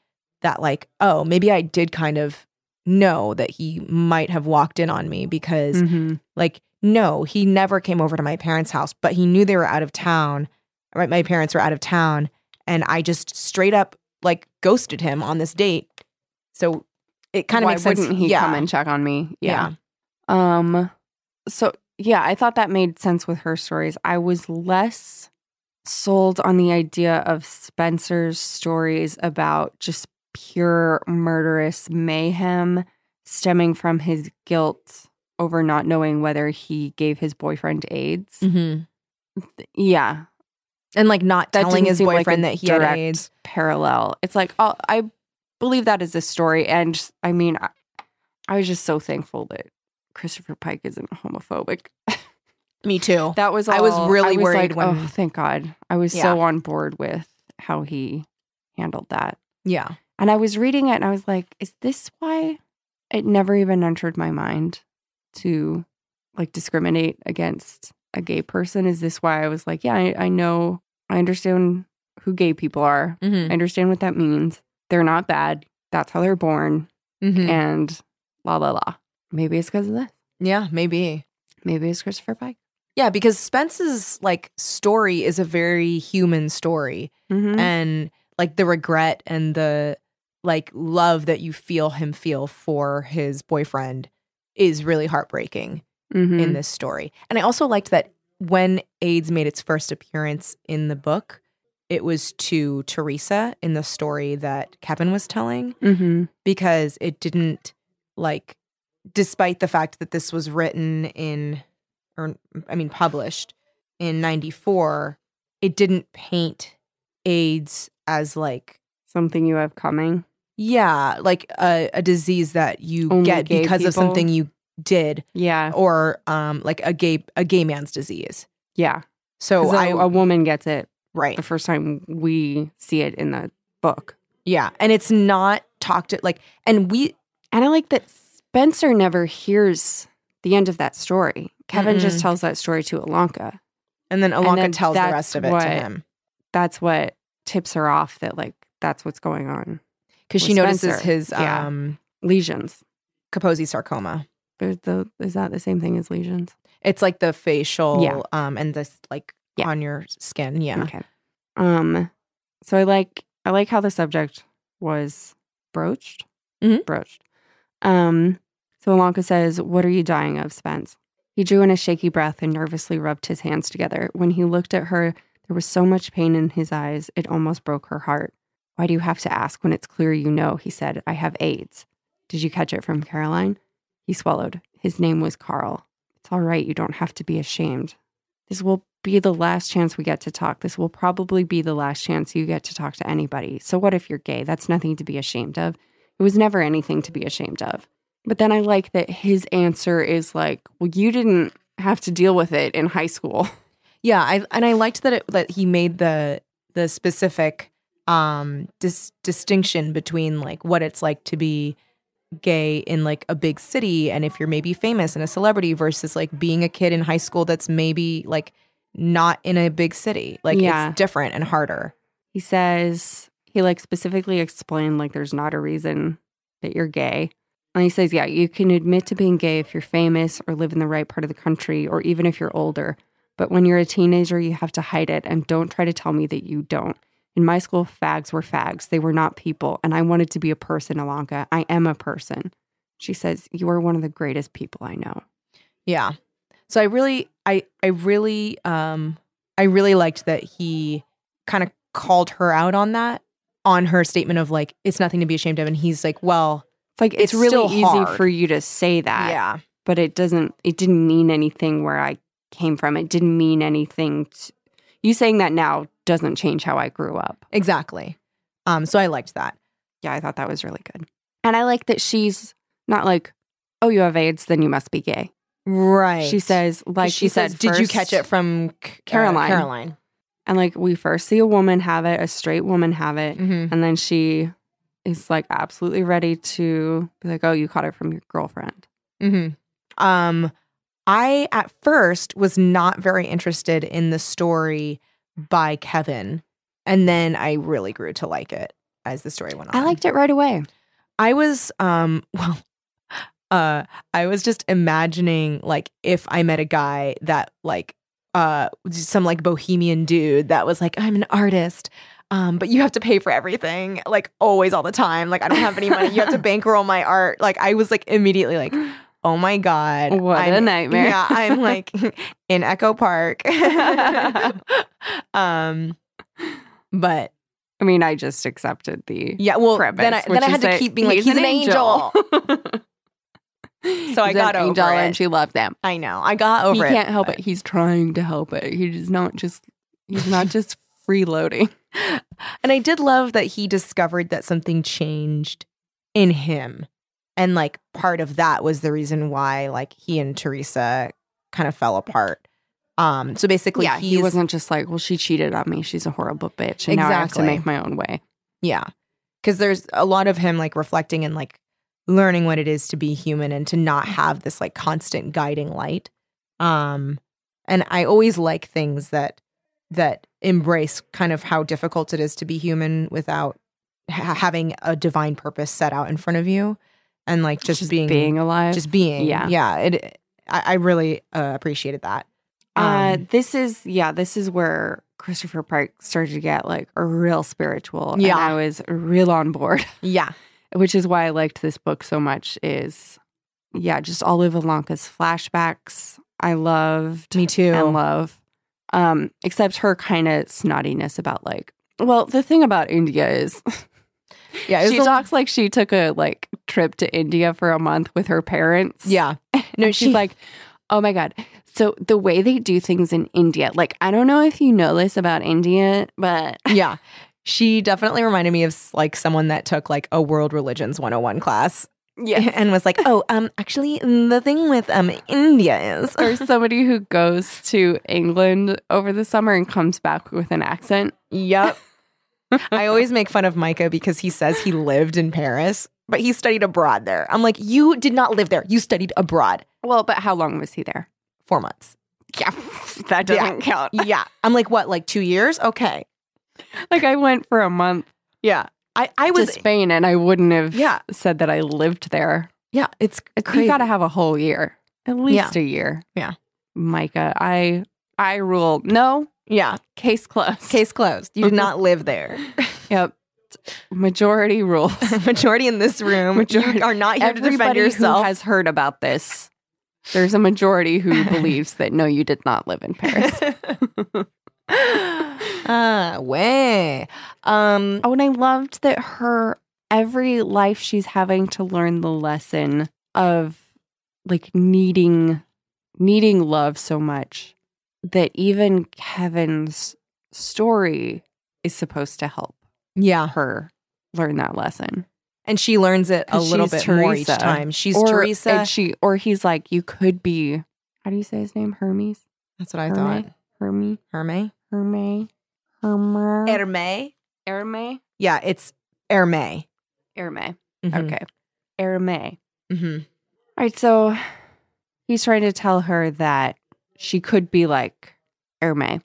that like oh maybe i did kind of know that he might have walked in on me because
Mhm.
like no he never came over to my parents house but he knew they were out of town right my parents were out of town and i just straight up like ghosted him on this date so it kind of
Why
makes sense
Wouldn't he
yeah
come and check on me?
yeah.
Um so yeah, I thought that made sense with her stories. I was less sold on the idea of Spencer's stories about just pure murderous mayhem stemming from his guilt over not knowing whether he gave his boyfriend AIDS.
Mm-hmm.
Yeah,
and like not
That
telling
didn't
his
seem like a
boyfriend that he
direct
had AIDS.
parallel. It's like, oh, I believe that is a story. And I mean, I, I was just so thankful that Christopher Pike isn't homophic.
Me too.
[laughs] That was all,
I was really worried
like,
when-
oh, thank God. I was so on board with how he handled that.
yeah.
And I was reading it and I was like, is this why it never even entered my mind to like discriminate against a gay person? Is this why I was like, yeah, I, I know, I understand who gay people are.
Mm-hmm.
I understand what that means. They're not bad. That's how they're born.
Mm. Mm-hmm.
And la la la. Maybe it's because of this.
Yeah, maybe.
Maybe it's Christopher Pike.
Yeah, because Spence's like story is a very human story
Mm-hmm.
and like the regret and the like love that you feel him feel for his boyfriend is really heartbreaking
Mm-hmm.
in this story. And I also liked that when AIDS made its first appearance in the book, it was to Teresa in the story that Kevin was telling.
Mm-hmm.
because it didn't like despite the fact that this was written in or I mean published in 94 it didn't paint AIDS as like
Something you have coming.
yeah like a, a disease that you
Only
get
gay
because of
people?
something you did
Yeah.
or um like a gay a gay man's disease
Yeah.
so
'Cause a
I
a woman gets it
right
the first time we see it in the book.
yeah and it's not talked at like and we
And I like that Spencer never hears the end of that story. Kevin just
Mm-mm.
tells that story to Alonka.
and then Alonka
then
tells the
that's
rest of it
what-
to him
That's what tips her off that, like, that's what's going on.
because she
with
notices
Spencer.
his
Yeah.
um
Lesions.
Kaposi sarcoma.
There's the is that the same thing as lesions?
It's like the facial
Yeah.
um and this like
Yeah. Mm-hmm.
on your skin. Yeah.
Okay. Um so I like I like how the subject was broached.
Mhm.
Broached. Um so Alonka says, What are you dying of, Spence? He drew in a shaky breath and nervously rubbed his hands together. When he looked at her, there was so much pain in his eyes, it almost broke her heart. Why do you have to ask when it's clear you know? He said, I have AIDS. Did you catch it from Caroline? He swallowed. His name was Carl. It's all right. You don't have to be ashamed. This will be the last chance we get to talk. This will probably be the last chance you get to talk to anybody. So, what if you're gay? That's nothing to be ashamed of. It was never anything to be ashamed of. But then I like that his answer is like, well, you didn't have to deal with it in high school.
Yeah. I and I liked that it that he made the the specific um dis- distinction between like what it's like to be gay in like a big city and if you're maybe famous and a celebrity versus like being a kid in high school that's maybe like not in a big city. Like
Yeah.
it's different and harder.
He says he like specifically explained like there's not a reason that you're gay. And he says, yeah, you can admit to being gay if you're famous or live in the right part of the country or even if you're older. But when you're a teenager, you have to hide it and don't try to tell me that you don't. In my school, fags were fags. They were not people. And I wanted to be a person, Alonka. I am a person. She says, You are one of the greatest people I know.
Yeah. So I really I I really um I really liked that he kind of called her out on that on her statement of like it's nothing to be ashamed of and he's like, well,
It's like, it's,
It's still
really easy
hard.
for you to say that.
yeah.
but it doesn't it didn't mean anything where i came from it didn't mean anything t you saying that now doesn't change how i grew up
Exactly. Um so I liked that.
yeah i thought that was really good and i like that she's not like oh you have aids then you must be gay
Right.
she says like
she, says,
said,
did you
first-
catch it from C- uh,
Caroline."
Caroline.
and like we first see a woman have it a straight woman have it
Mhm.
and then she is like absolutely ready to be like oh you caught it from your girlfriend
Mm-hmm. Um, I at first was not very interested in the story by Kevin And then I really grew to like it as the story went on.
I liked it right away.
I was um [laughs] well uh I was just imagining like if I met a guy that like uh some like bohemian dude that was like I'm an artist um but you have to pay for everything like always all the time like I don't have any money you have
[laughs]
to bankroll my art like I was like immediately
[gasps]
like oh my god
What
I'm,
a nightmare.
yeah I'm like [laughs] in Echo Park [laughs] um but
[laughs] I mean, I just accepted the
yeah well
premise.
then I then
which
I had
is
to
that
keep being like he's, an angel.
[laughs] He's
I got
an
over
angel
it.
and she loved them.
I know. I got over
he
it.
can't help it. He's trying to help it. He's not just he's [laughs] not just freeloading.
And I did love that he discovered that something changed in him. And like part of that was the reason why like he and Teresa kind of fell apart. Um so basically
[laughs] yeah,
he's,
he wasn't just like, well, she cheated on me. She's a horrible bitch, and now I have to
Exactly.
make my own way.
Yeah. Cuz there's a lot of him like reflecting and like learning what it is to be human and to not have this like constant guiding light. Um and I always like things that that embrace kind of how difficult it is to be human without ha- having a divine purpose set out in front of you and like just, being,
alive.
just being
Yeah.
yeah it i, I really uh, appreciated that
uh,
Um,
this is yeah, this is where Christopher Pike started to get like a real spiritual.
Yeah.
and I was real on board,
yeah
which is why I liked this book so much. Is yeah, just Olive Olanka's flashbacks. I loved
me too
and love. Um, except her kind of snottiness about like, well, the thing about India
[laughs]
is
yeah it was
she
a-
talks like she took a like trip to India for a month with her parents.
yeah
No, [laughs] she's
she-
like, oh my God. So the way they do things in India, like I don't know if you know this about India, but
yeah she definitely reminded me of like someone that took like a world religions 101 class
[laughs]
[laughs] and was like oh um actually the thing with um india is
or somebody who goes to England over the summer and comes back with an accent.
Yep. I always make fun of Micah because he says he lived in Paris, but he studied abroad there. I'm like, you did not live there. You studied abroad
Well, but how long was he there?
four months.
Yeah, [laughs] that
doesn't
count.
Yeah. [laughs] I'm like, what, like two years? Okay.
Like I went for a month
Yeah. I, I
to
was.
Spain and I wouldn't have
Yeah.
said that I lived there.
Yeah. It's
You
crazy.
got to have a whole year, at least a year.
Yeah.
Micah, I I rule. No,
yeah.
case closed.
Case closed. You did not live there.
Yep. Majority rules.
Majority in this room [laughs]
Majority-
you are not here to defend
Everybody who
yourself.
has heard about this, there's a majority
[laughs]
who believes that no, you did not live in Paris.
Ah, way. Um,
Oh, and I loved that her every life she's having to learn the lesson of like needing needing love so much that even Kevin's story is supposed to help
yeah.
her learn that lesson.
And she learns it a
'Cause
little bit
she's
more each
Teresa.
time. She's
or,
Teresa.
and she or he's like, you could be how do you say his name? Hermes?
That's what I
Herme?
thought.
Herme?
Herme?
Herme? Herme?
Herme?
Herme?
Yeah, it's Herme.
Herme.
Okay.
Okay. Herme.
hmm
All right, so he's trying to tell her that she could be like Erme,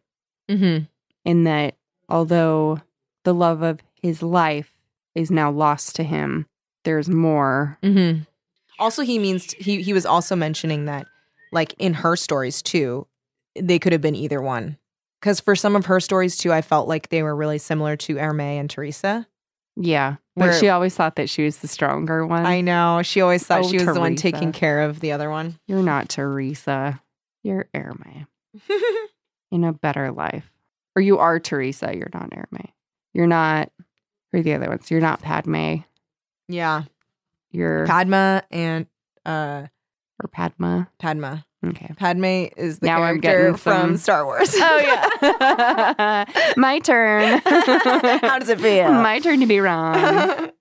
hmm
in that although the love of his life is now lost to him, there's more.
hmm Also, he means he he was also mentioning that, like in her stories too, they could have been either one. Because for some of her stories too, I felt like they were really similar to Herme and Teresa.
Yeah. But
Where-
she always thought that she was the stronger one.
I know she always thought
Uh, Oh,
she was the one
Teresa.
taking care of the other one.
You're not Teresa. You're Erme in a better life. Or you are Teresa. You're not Erme. You're not, who are the other ones? You're not Padme. [laughs]
yeah,
You're,
Padma and uh
or Padma.
Padma.
Okay.
Padme is the
Now I'm
character
getting
from
some- Oh,
Star Wars.
yeah. [laughs] My [laughs] turn.
[laughs] How does it feel? [laughs]
[laughs] My turn to be [laughs] wrong.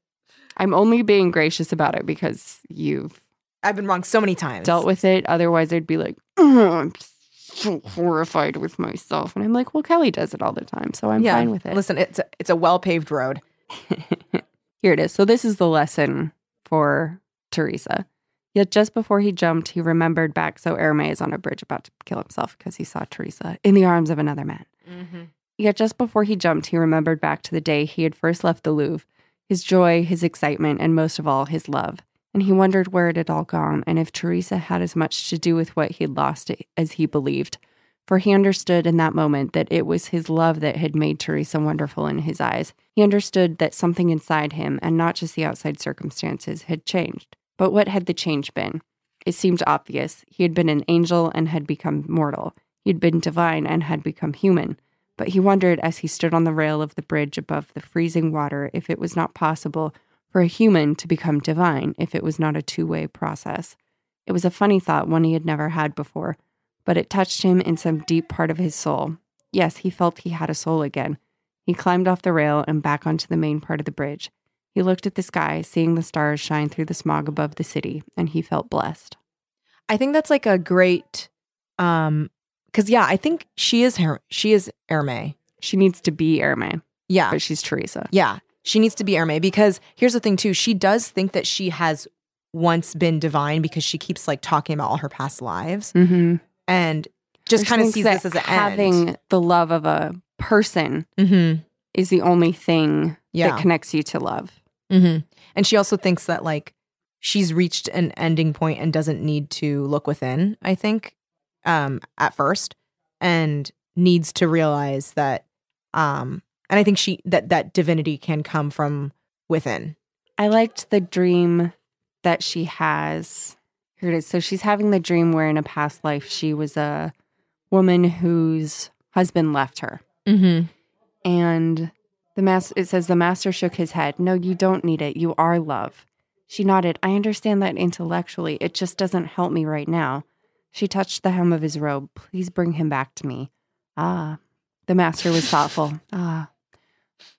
I'm only being gracious about it because you've
I've been wrong so many times.
dealt with it. Otherwise, I'd be like, [clears throat] "Oh, I'm so horrified with myself. And I'm like, well, Kelly does it all the time. So I'm
Yeah.
fine with it.
Listen, it's a, it's a well paved road.
Here it is. So this is the lesson for Teresa. Yet just before he jumped, he remembered back. So Erme is on a bridge about to kill himself because he saw Teresa in the arms of another man. Yet just before he jumped, he remembered back to the day he had first left the Louvre, his joy, his excitement, and most of all, his love. And he wondered where it had all gone and if Teresa had as much to do with what he'd lost as he believed. For he understood in that moment that it was his love that had made Teresa wonderful in his eyes. He understood that something inside him, and not just the outside circumstances, had changed. But what had the change been? It seemed obvious. He had been an angel and had become mortal. He had been divine and had become human. But he wondered as he stood on the rail of the bridge above the freezing water if it was not possible for a human to become divine if it was not a two way process. It was a funny thought, one he had never had before, but it touched him in some deep part of his soul. Yes, he felt he had a soul again. He climbed off the rail and back onto the main part of the bridge. He looked at the sky, seeing the stars shine through the smog above the city, and he felt blessed.
I think that's like a great um cuz yeah, I think she is Her- she is Hermes.
She needs to be Erme,
Yeah.
but she's Teresa.
Yeah. She needs to be Hermes because here's the thing too, she does think that she has once been divine because she keeps like talking about all her past lives
Mm-hmm.
and just kind of sees this as an
having the love of a person
end. Mhm.
is the only thing
Yeah.
that connects you to love.
Mm-hmm. And she also thinks that like she's reached an ending point and doesn't need to look within, I think, um, at first, and needs to realize that um and I think she that that divinity can come from within.
I liked the dream that she has. Here it is. So she's having the dream where in a past life she was a woman whose husband left her.
Mm-hmm.
And the master it says the master shook his head. No, you don't need it. You are love. She nodded. I understand that intellectually. It just doesn't help me right now. She touched the hem of his robe. Please bring him back to me. Ah. The master was thoughtful. Ah.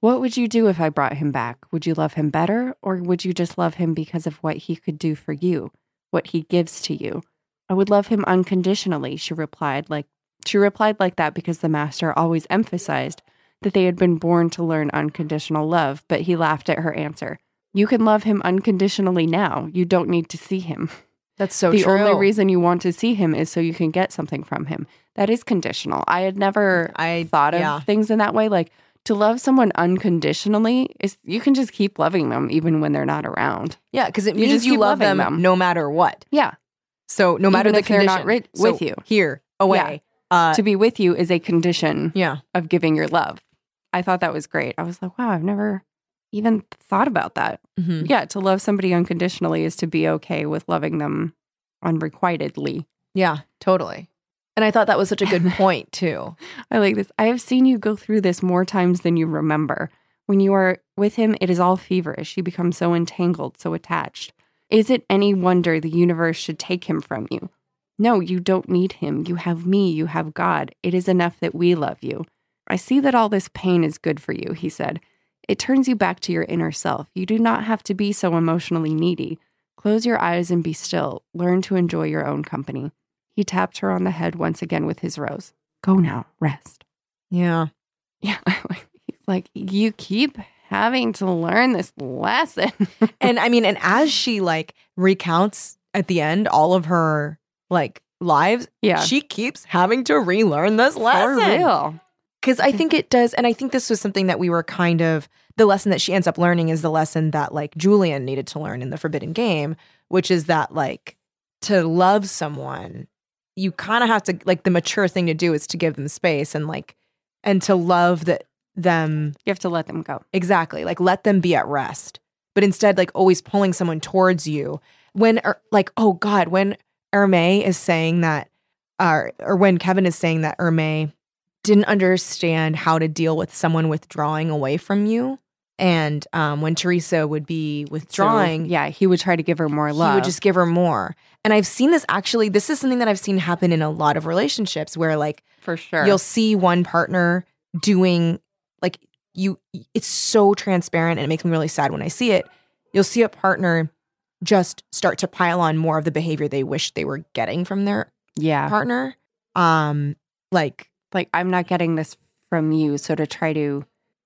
What would you do if I brought him back? Would you love him better or would you just love him because of what he could do for you, what he gives to you? I would love him unconditionally, she replied like she replied like that because the master always emphasized that they had been born to learn unconditional love, but he laughed at her answer. You can love him unconditionally now. You don't need to see him.
That's so
the only reason you want to see him is so you can get something from him. That is conditional. I had never
I
thought of
yeah.
things in that way. Like to love someone unconditionally is you can just keep loving them even when they're not around.
Yeah, because it
You
means
just
you
keep
love them,
loving them.
no matter what.
Yeah.
So no
Even
matter the
if they're
condition,
not ri-
So
with you.
here away. Uh,
to be with you is a condition
yeah,
of giving your love. I thought that was great. I was like, wow, I've never even thought about that.
Mhm.
yeah, to love somebody unconditionally is to be okay with loving them unrequitedly.
yeah, totally. And I thought that was such a
[laughs]
good point too.
I like this. I have seen you go through this more times than you remember. When you are with him, it is all feverish. You become so entangled, so attached. Is it any wonder the universe should take him from you? No, you don't need him. You have me. You have God. It is enough that we love you. I see that all this pain is good for you, he said. It turns you back to your inner self. You do not have to be so emotionally needy. Close your eyes and be still. Learn to enjoy your own company. He tapped her on the head once again with his rose go now, rest.
Yeah,
Yeah. [laughs] He's like, you keep having to learn this lesson.
and I mean, and as she like recounts at the end all of her like lives,
[laughs] yeah.
she keeps having to relearn this
For
lesson.
real.
because I think it does, and I think this was something that we were kind of the lesson that she ends up learning is the lesson that like Julian needed to learn in the Forbidden Game, which is that like to love someone, you kind of have to like the mature thing to do is to give them space and like and to love that them
You have to let them go.
exactly like let them be at rest, but instead like always pulling someone towards you when or, like oh god when Hermes is saying that or or when Kevin is saying that Hermes didn't understand how to deal with someone withdrawing away from you, and um, when Teresa would be withdrawing,
So, yeah. He would try to give her more love.
he would just give her more. And I've seen this actually. This is something that I've seen happen in a lot of relationships where like
for sure.
you'll see one partner doing like you it's so transparent and it makes me really sad when i see it you'll see a partner just start to pile on more of the behavior they wish they were getting from their
yeah.
partner um like
Like, I'm not getting this from you. So to try to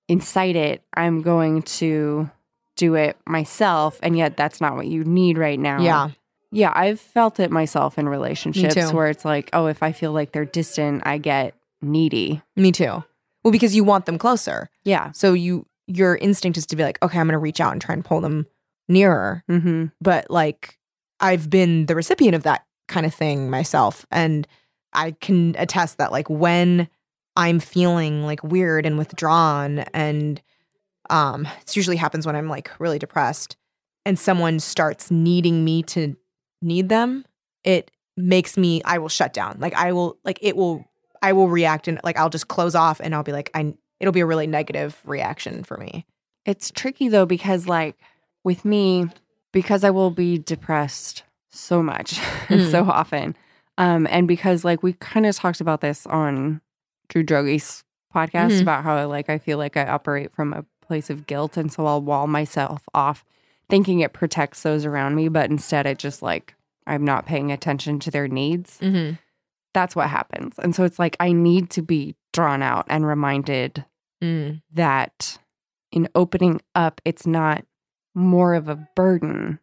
incite it, I'm going to do it myself. And yet that's not what you need right now.
yeah
Yeah, I've felt it myself in relationships
too.
where it's like, oh, if I feel like they're distant, I get needy.
me too Well, because you want them closer.
Yeah.
So you your instinct is to be like, okay, I'm going to reach out and try and pull them nearer.
Mm-hmm.
But like I've been the recipient of that kind of thing myself and I can attest that like when I'm feeling like weird and withdrawn and um it usually happens when I'm like really depressed and someone starts needing me to need them, it makes me I will shut down. Like I will like it will I will react and like I'll just close off and I'll be like I it'll be a really negative reaction for me.
It's tricky though because like with me because I will be depressed so much [laughs] and
Mm.
so often. Um and because like we kind of talked about this on Drew Drogi's podcast
Mhm.
about how like I feel like I operate from a place of guilt and so I'll wall myself off thinking it protects those around me but instead it just like I'm not paying attention to their needs.
Mhm.
That's what happens. And so it's like I need to be drawn out and reminded
Mm.
Mm-hmm. that in opening up, it's not more of a burden.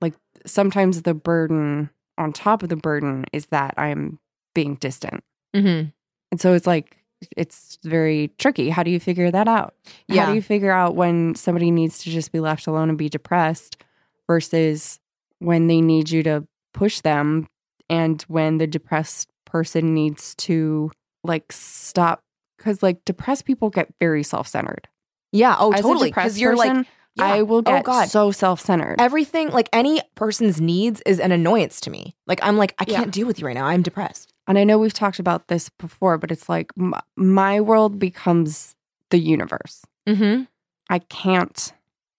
Like sometimes the burden on top of the burden is that I'm being distant. Mm-hmm.
Mhm.
And so it's like, it's very tricky. How do you figure that out?
Yeah.
How do you figure out when somebody needs to just be left alone and be depressed versus when they need you to push them and when the depressed person needs to like stop? Because like depressed people get very self centered.
Yeah, oh
As a
totally
depressed
cuz you're like
person,
yeah. Oh,
I will get
God.
so self centered.
everything like any person's needs is an annoyance to me. Like I'm like I
Yeah.
can't deal with you right now. I'm depressed.
and I know we've talked about this before, but it's like m- my world becomes the universe.
Mhm.
I can't,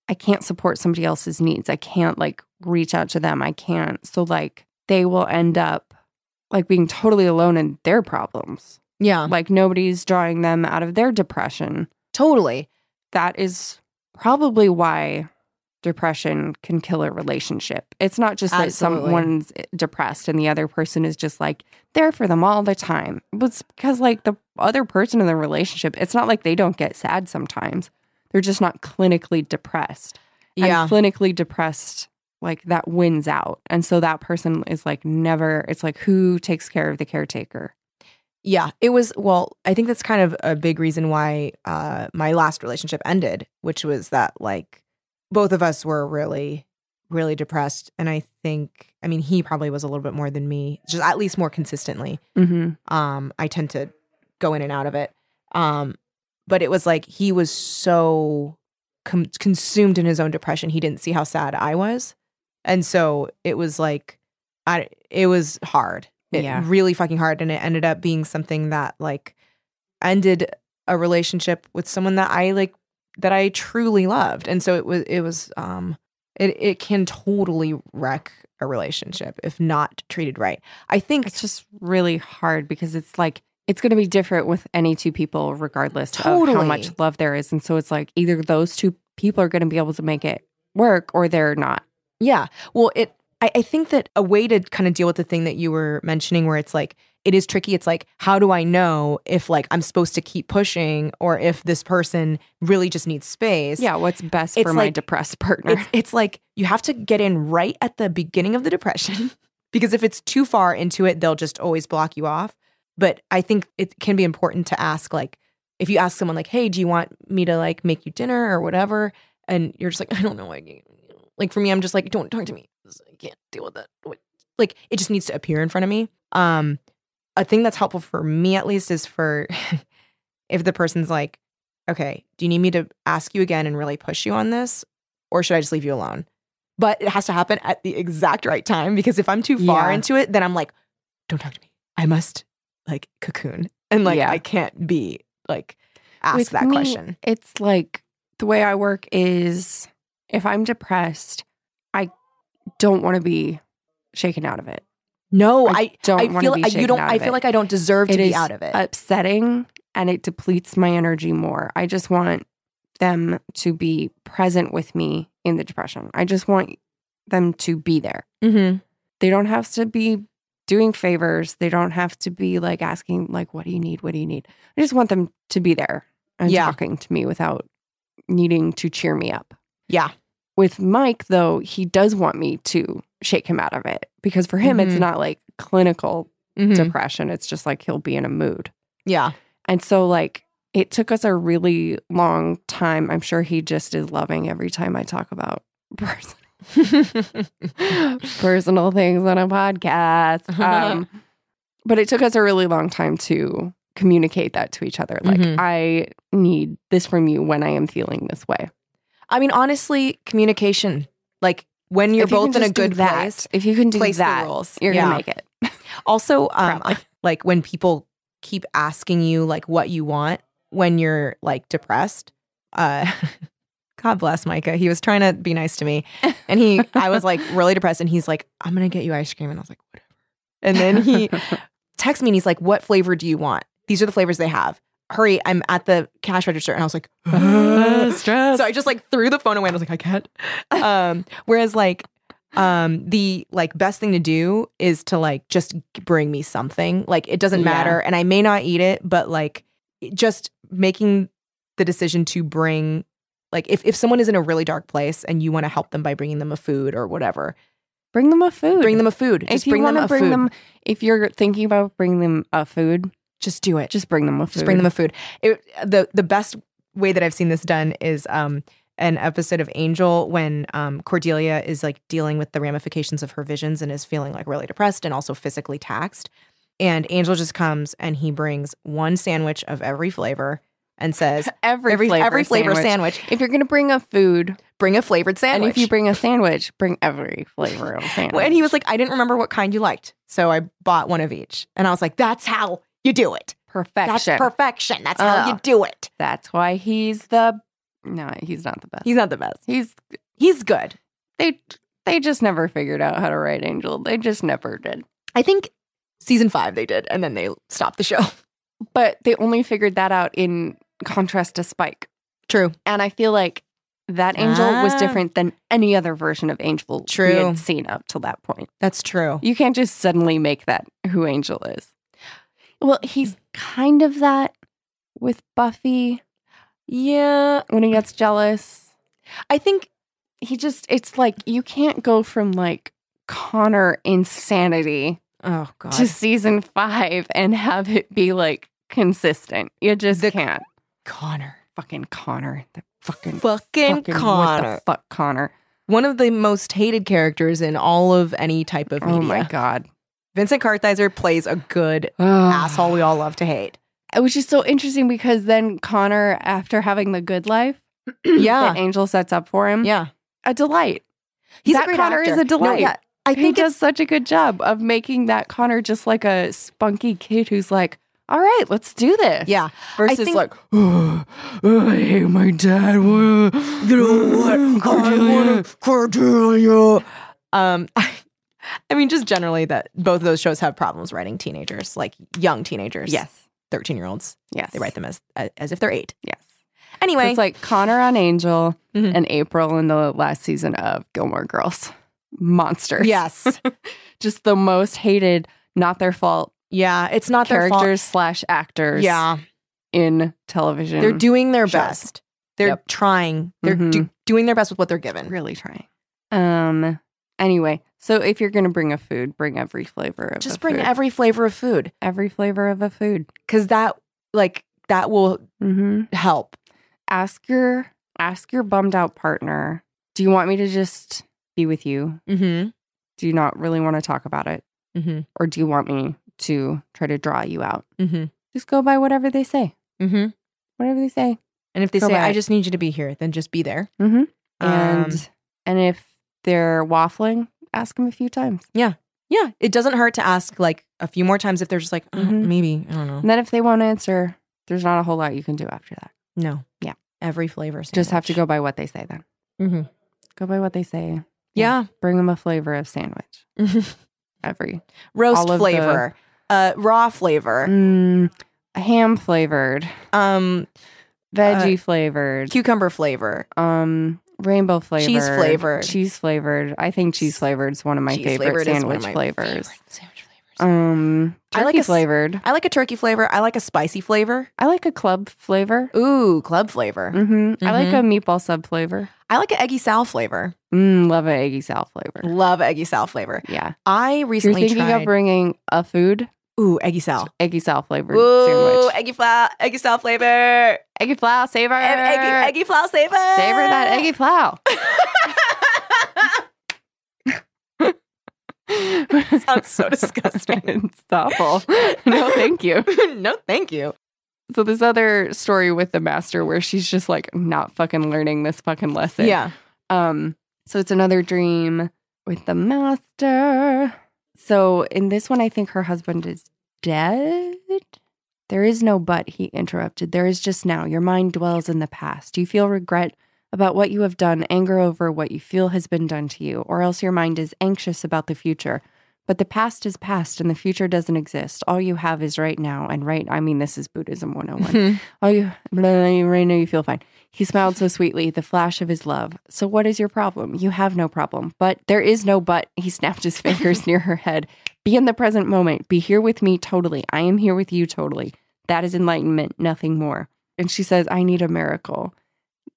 I can't support somebody else's needs. I can't like reach out to them. I can't. So like they will end up like being totally alone in their problems.
Yeah.
Like nobody's drawing them out of their depression.
Totally.
that is probably why depression can kill a relationship. It's not just that
Absolutely.
someone's eh, depressed and the other person is just like there for them all the time. But it's because like the other person in the relationship, it's not like they don't get sad sometimes. They're just not clinically depressed. And
Yeah.
clinically depressed like that wins out. And so that person is like never it's like who takes care of the caretaker?
Yeah, it was. Well, I think that's kind of a big reason why uh, my last relationship ended, which was that like both of us were really, really depressed, and I think, I mean, he probably was a little bit more than me, just at least more consistently.
Mhm.
Um, I tend to go in and out of it, um, but it was like he was so com- consumed in his own depression, he didn't see how sad I was, and so it was like, I it was hard it
Yeah.
really fucking hard and it ended up being something that like ended a relationship with someone that i like that i truly loved and so it was it was um it it can totally wreck a relationship if not treated right i think
It's just really hard because it's like it's going to be different with any two people, regardless of how
Totally.
much love there is. And so it's like either those two people are going to be able to make it work or they're not.
Yeah. Well, it. I, I think that a way to kind of deal with the thing that you were mentioning, where it's like it is tricky. It's like how do I know if like I'm supposed to keep pushing or if this person really just needs space?
Yeah, what's best
It's
for my
like-
depressed partner?
It's it's like you have to get in right at the beginning of the depression [laughs] because if it's too far into it, they'll just always block you off. But I think it can be important to ask like if you ask someone like, "Hey, do you want me to like make you dinner or whatever?" and you're just like, "I don't know, I can't." like for me, I'm just like, "Don't talk to me. I can't deal with that." What- Like it just needs to appear in front of me. Um a thing that's helpful for me at least is for [laughs] if the person's like, "Okay, do you need me to ask you again and really push you on this?" or should I just leave you alone? But it has to happen at the exact right time because if I'm too far
Yeah.
into it, then I'm like, don't talk to me. I must like cocoon. And like
Yeah.
I can't be like ask
With
that
me,
question.
It's like the way I work is if I'm depressed, I don't want to be shaken out of it.
No,
I
I
don't
I
wanna
feel
be
I, you
shaken
don't
out
I
of
feel
it.
like I don't deserve to
It
be
is
out of it.
upsetting and it depletes my energy more. I just want them to be present with me in the depression. I just want them to be there.
mm-hmm.
They don't have to be doing favors. They don't have to be like asking like what do you need? What do you need? I just want them to be there and
Yeah.
talking to me without needing to cheer me up.
Yeah.
With Mike though, he does want me to shake him out of it because for him
Mhm.
it's not like clinical
Mhm.
depression. It's just like he'll be in a mood.
Yeah.
And so, like, it took us a really long time. I'm sure he just is loving every time I talk about [laughs] personal,
[laughs]
personal things on a podcast. Um, but it took us a really long time to communicate that to each other. Like,
Mhm.
I need this from you when I am feeling this way.
I mean, honestly, communication. Like when you're
If you can
both in a
just do
good
that,
place,
If you can do
place
that,
the rules.
you're
yeah.
gonna make it.
also, um,
Probably.
like when people keep asking you like what you want when you're like depressed. Uh, [laughs] God bless Micah. He was trying to be nice to me, and he, I was
[laughs]
like really depressed, and he's like, "I'm gonna get you ice cream," and I was like, "Whatever." And then
[laughs]
he texts me, and he's like, "What flavor do you want? These are the flavors they have. Hurry! I'm at the cash register," and I was
[gasps]
like, [laughs]
stress.
So I just like threw the phone away and I was like, I can't. Um, whereas like um the like best thing to do is to like just bring me something. Like it doesn't
Yeah.
matter and I may not eat it, but like it- just making the decision to bring like if, if someone is in a really dark place and you want to help them by bringing them a food or whatever,
bring them a food.
bring them a food.
If
Just
you
bring them
wanna
a
bring
food.
them, if you're thinking about bringing them a food,
just do it.
just bring them a food.
just bring them a food. It, the the best way that I've seen this done is um an episode of Angel when um Cordelia is like dealing with the ramifications of her visions and is feeling like really depressed and also physically taxed. And Angel just comes and he brings one sandwich of every flavor and says
[laughs]
[laughs]
every
every
flavor
every flavor
sandwich.
sandwich,
If you're gonna bring a food,
bring a flavored
and
sandwich.
if you bring a sandwich, bring every flavor of sandwich.
and he was like, I didn't remember what kind you liked, so I bought one of each. And I was like, That's how you do it. That's
perfection.
perfection. That's how
Oh.
you do it.
That's why he's the. No, he's not the best.
He's not the best.
he's
He's good.
they they just never figured out how to write Angel. They just never did.
I think season five they did, and then they stopped the show.
But they only figured that out in contrast to Spike.
[laughs] True.
And I feel like that Angel was
Ah.
different than any other version of Angel we
True.
had seen up till that point.
That's true.
You can't just suddenly make that who Angel is. Well, he's kind of that with Buffy
Yeah.
when he gets jealous.
I think
He just, it's like you can't go from like Connor insanity
oh god.
to season five and have it be like consistent. You just
The-
can't.
Connor.
Fucking Connor. The fucking,
Fucking,
fucking What
Connor.
the fuck, Connor?
One of the most hated characters in all of any type of media.
Oh my God. [sighs]
Vincent Kartheiser plays a [sighs] good asshole we all love to hate.
It was just so interesting because then Connor, after having the good life,
Yeah.
that Angel sets up for
[clears throat]
him,
Yeah.
a delight.
He's
That
a great
Connor
actor.
is a delight.
I
He
think
does
it's
such a good job of making that Connor just like a spunky kid who's like, all right, let's do this. [sighs]
yeah.
Versus
think-
like, oh, I hate my dad. You
Mm-hmm. Cordelia. Um, [laughs] I mean, just generally that both of those shows have problems writing teenagers, like young teenagers.
Yes.
thirteen year olds.
Yes.
They write them as as if they're eight.
Yes. So
Anyway, [laughs]
it's like Connor on Angel
Mhm.
and April in the last season of Gilmore Girls. Monsters.
yes,
Just the most hated, not their fault
yeah, it's not their fault.
characters slash actors
Yeah,
in television.
they're doing their
shows.
best. They're
Yep.
trying. They're do- doing their best with what they're given.
really trying. Um. Anyway, so if you're gonna bring a food, bring every flavor of a
Just bring
food.
every flavor of food
every flavor of a food.
because that like that will
Mm-hmm.
help.
Ask your ask your bummed out partner. Do you want me to just be with you?
Mm-hmm.
Do you not really want to talk about it,
Mm-hmm.
or do you want me to try to draw you out?
Mm-hmm.
Just go by whatever they say.
Mm-hmm.
Whatever they say.
And if they
Go
say,
by
"I
it.
just need you to be here," then just be there.
Mm-hmm. And
Um,
and if they're waffling, ask them a few times.
Yeah, it doesn't hurt to ask like a few more times if they're just like, "Uh,
Mhm.
maybe, I don't know.
And then if they won't answer, there's not a whole lot you can do after that.
No.
Yeah.
Every flavor. Sandwich.
Just have to go by what they say then.
Mhm.
Go by what they say.
Yeah.
Bring them a flavor of sandwich every.
[laughs] Roast
All of
flavor, uh, raw flavor,
Mm, ham flavored,
um, Uh,
veggie flavored,
cucumber flavor.
um, rainbow flavored,
flavored.
cheese flavored. I think cheese flavored is one of my
Cheese
favorite
flavored is one
sandwich
of my
flavors.
favorite sandwich flavors.
Um,
I
turkey
like a s-
flavored.
I like a turkey flavor. I like a spicy flavor.
I like a club flavor.
Ooh, club flavor.
hmm I like
Mhm.
a meatball sub flavor.
I like an eggy sal flavor.
Mm, love an eggy sal flavor.
Love eggy sal flavor.
Yeah.
I
If you're
recently
thinking
tried.
of bringing a food,
Ooh, eggy sal.
eggy sal flavored
Ooh,
sandwich.
eggy flour, eggy sal flavor.
Eggy flour, savor.
Egg- Eggy, eggy flour savor. [laughs]
Savor that eggy [laughs] flour.
Sounds so disgusting.
[laughs] it's awful. [laughs] No, thank you.
[laughs] no, thank you.
So this other story with the master where she's just like not fucking learning this fucking lesson.
Yeah.
Um, so it's another dream with the master. So in this one, I think her husband is dead. There is no but, he interrupted. There is just now. Your mind dwells in the past. You feel regret about what you have done, anger over what you feel has been done to you, or else your mind is anxious about the future. But the past is past and the future doesn't exist. All you have is right now. And right, I mean, this is Buddhism 101. Oh, you blah, you already know you feel fine. He smiled so sweetly, the flash of his love. So, what is your problem? You have no problem. But there is no but. He snapped his [laughs] fingers near her head. Be in the present moment. Be here with me totally. I am here with you totally. That is enlightenment, nothing more. And she says, I need a miracle.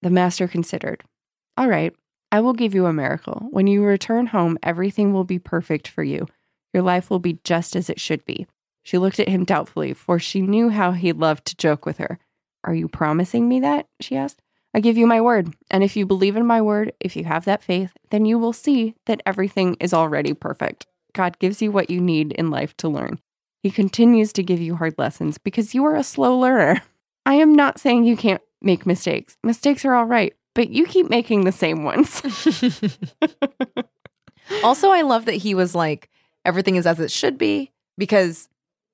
The master considered, All right, I will give you a miracle. When you return home, everything will be perfect for you. Your life will be just as it should be. She looked at him doubtfully, for she knew how he loved to joke with her. Are you promising me that? She asked. I give you my word. And if you believe in my word, if you have that faith, then you will see that everything is already perfect. God gives you what you need in life to learn. He continues to give you hard lessons because you are a slow learner. I am not saying you can't make mistakes. Mistakes are all right, but you keep making the same ones. [laughs]
[laughs] also, I love that he was like, everything is as it should be because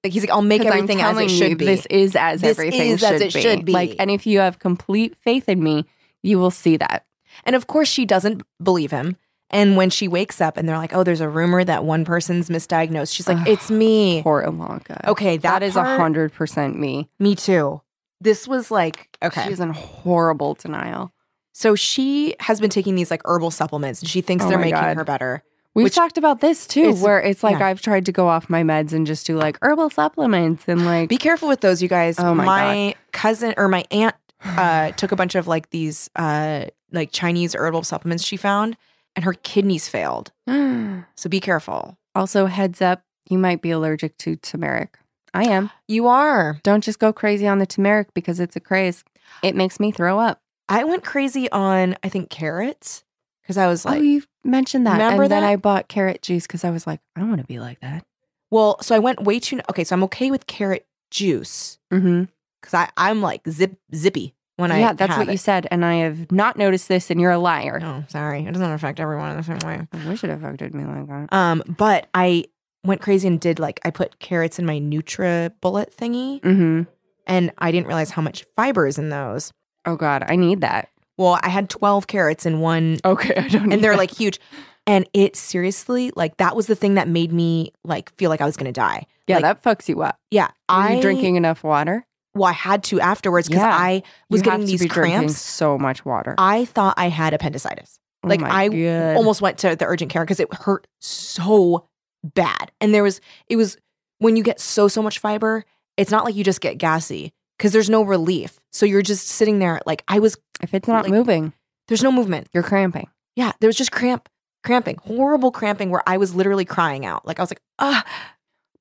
like, he's like, I'll make
'Cause I'm
everything as
telling
it
you,
should be.
This is as
This
everything
is
should,
as it
be.
should be.
Like, and if you have complete faith in me, you will see that.
and of course, she doesn't believe him. And when she wakes up and they're like, oh, there's a rumor that one person's misdiagnosed, she's like,
Ugh.
it's me.
Poor Ilanka.
Okay,
that is a
Oh, part-
hundred percent me.
Me too. This was like, okay.
She's in horrible denial.
so she has been taking these like herbal supplements and she thinks
Oh
they're
my
making
God.
her better.
We've
Which-
talked about this too,
It's-
where it's like
yeah.
I've tried to go off my meds and just do like herbal supplements and like
Be careful with those, you guys.
Oh my
cousin or my aunt uh, took a bunch of like these uh, like Chinese herbal supplements she found, and her kidneys failed. So be careful.
[gasps] also heads up, you might be allergic to turmeric. I [gasps] am.
You are.
Don't just go crazy on the turmeric because it's a craze. It makes me throw up.
I went crazy on I think carrots because I was
oh,
like,
you mentioned that.
Remember
and then
that?
I bought carrot juice because I was like, I want to be like that.
well, so I went way too. Okay, so I'm okay with carrot juice
Mm-hmm.
because I I'm like zip zippy when I
yeah, that's
have
what you
it.
said. And I have not noticed this, and you're a liar.
Oh, sorry, it doesn't affect everyone in the same way.
I wish it affected me like that.
Um, but I went crazy and did like I put carrots in my Nutra Bullet thingy.
Mm-hmm.
and I didn't realize how much fiber is in those.
Oh God, I need that.
Well, I had 12 carrots in one,
Okay, [laughs] I don't.
and they're like huge. And it seriously, like that was the thing that made me like feel like I was gonna die.
yeah,
like,
that fucks you up.
Yeah,
Are
I
you drinking enough water?
Well, I had to afterwards because
Yeah.
I was
you
getting
have to
these
be drinking
cramps.
so much water.
I thought I had appendicitis.
Oh
like,
my
I
God.
Almost went to the urgent care because it hurt so bad. And there was it was when you get so so much fiber, it's not like you just get gassy because there's no relief. So you're just sitting there like I was.
If it's not
like-
moving,
There's no movement.
you're cramping.
Yeah, there was just cramp, cramping, horrible cramping where I was literally crying out. Like I was like, ah,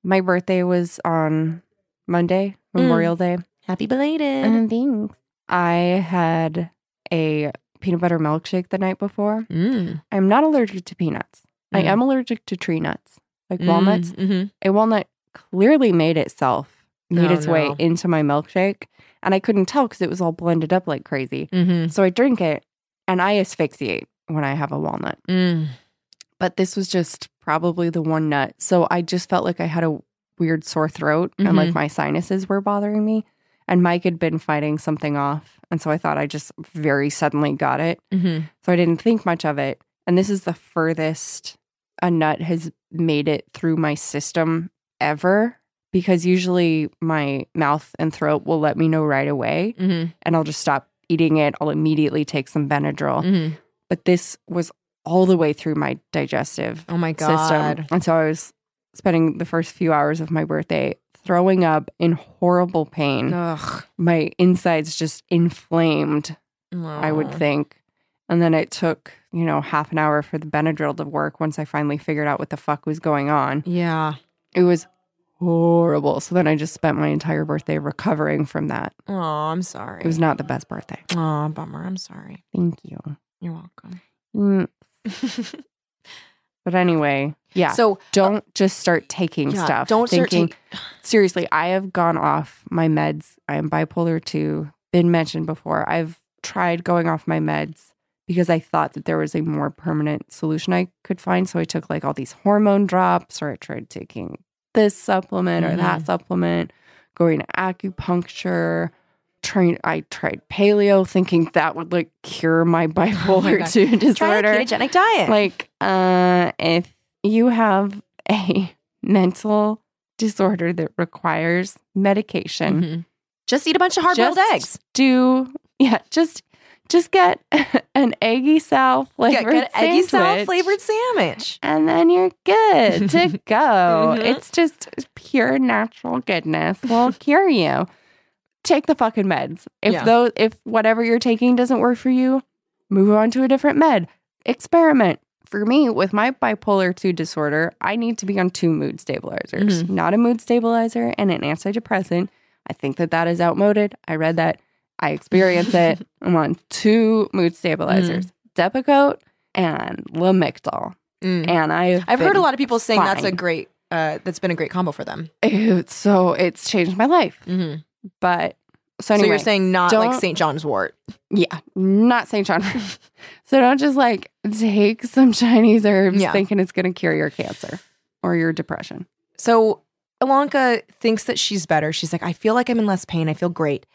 My birthday was on Monday, Memorial
Mm.
Day.
happy belated.
And thanks. I had a peanut butter milkshake the night before.
Mm.
I'm not allergic to peanuts. I
Mm.
am allergic to tree nuts, like walnuts.
Mm,
A walnut clearly made itself, made
Oh,
its way
no.
into my milkshake. And I couldn't tell because it was all blended up like crazy.
mhm, mhm,
So I drink it and I asphyxiate when I have a walnut.
mm.
But this was just probably the one nut. So I just felt like I had a weird sore throat and like my sinuses were bothering me. And Mike had been fighting something off. And so I thought I just very suddenly got it.
mhm.
So I didn't think much of it. And this is the furthest a nut has made it through my system ever because usually my mouth and throat will let me know right away
Mhm.
and I'll just stop eating it. I'll immediately take some Benadryl.
Mhm.
But this was all the way through my digestive
Oh my
system.
god.
And so I was spending the first few hours of my birthday throwing up in horrible pain.
Ugh.
My insides just inflamed. I would
Aw.
think. And then it took, you know, half an hour for the Benadryl to work once I finally figured out what the fuck was going on.
Yeah.
It was horrible. So then I just spent my entire birthday recovering from that.
Oh, I'm sorry.
It was not the best birthday.
Oh, bummer. I'm sorry.
Thank you.
You're [laughs] welcome.
Mm, But anyway, yeah. So
So
don't just start taking
yeah,
stuff.
Don't start
thinking-
taking.
seriously, I have gone off my meds. I am bipolar two, been mentioned before. I've tried going off my meds because I thought that there was a more permanent solution I could find. So I took like all these hormone drops or I tried taking this supplement or
Mm-hmm.
that supplement, going to acupuncture. Trying, I tried paleo, thinking that would like
[laughs]
cure my bipolar
Oh God.
two [laughs]
e-, Try a
disorder
ketogenic diet.
like uh if you have a [laughs] mental disorder that requires medication
Mhm. just eat a bunch of hard boiled
Just
eggs.
do yeah just just get [laughs] an eggy sal
Get,
flavored
get an eggy salad
sandwich,
flavored sandwich.
and then you're good to go
Mhm.
it's just pure natural goodness will cure you take the fucking meds if
Yeah.
those if whatever you're taking doesn't work for you move on to a different med experiment for me with my bipolar 2 disorder i need to be on two mood stabilizers not a mood stabilizer and an antidepressant i think that that is outmoded i read that i experience it i'm on two mood stabilizers depakote and lamictal
Mm.
and I
I've heard a lot of people saying that's a
fine.
great. Uh, that's been a great combo for them.
It's [laughs] so it's changed my life.
Mm-hmm.
But so
So
anyway,
you're saying not like
don't-
St. John's Wort.
yeah, not
[laughs]
Saint John. so don't just like take some Chinese herbs
Yeah.
thinking it's going to cure your cancer or your depression.
So Ilanka thinks that she's better. She's like, I feel like I'm in less pain. I feel great.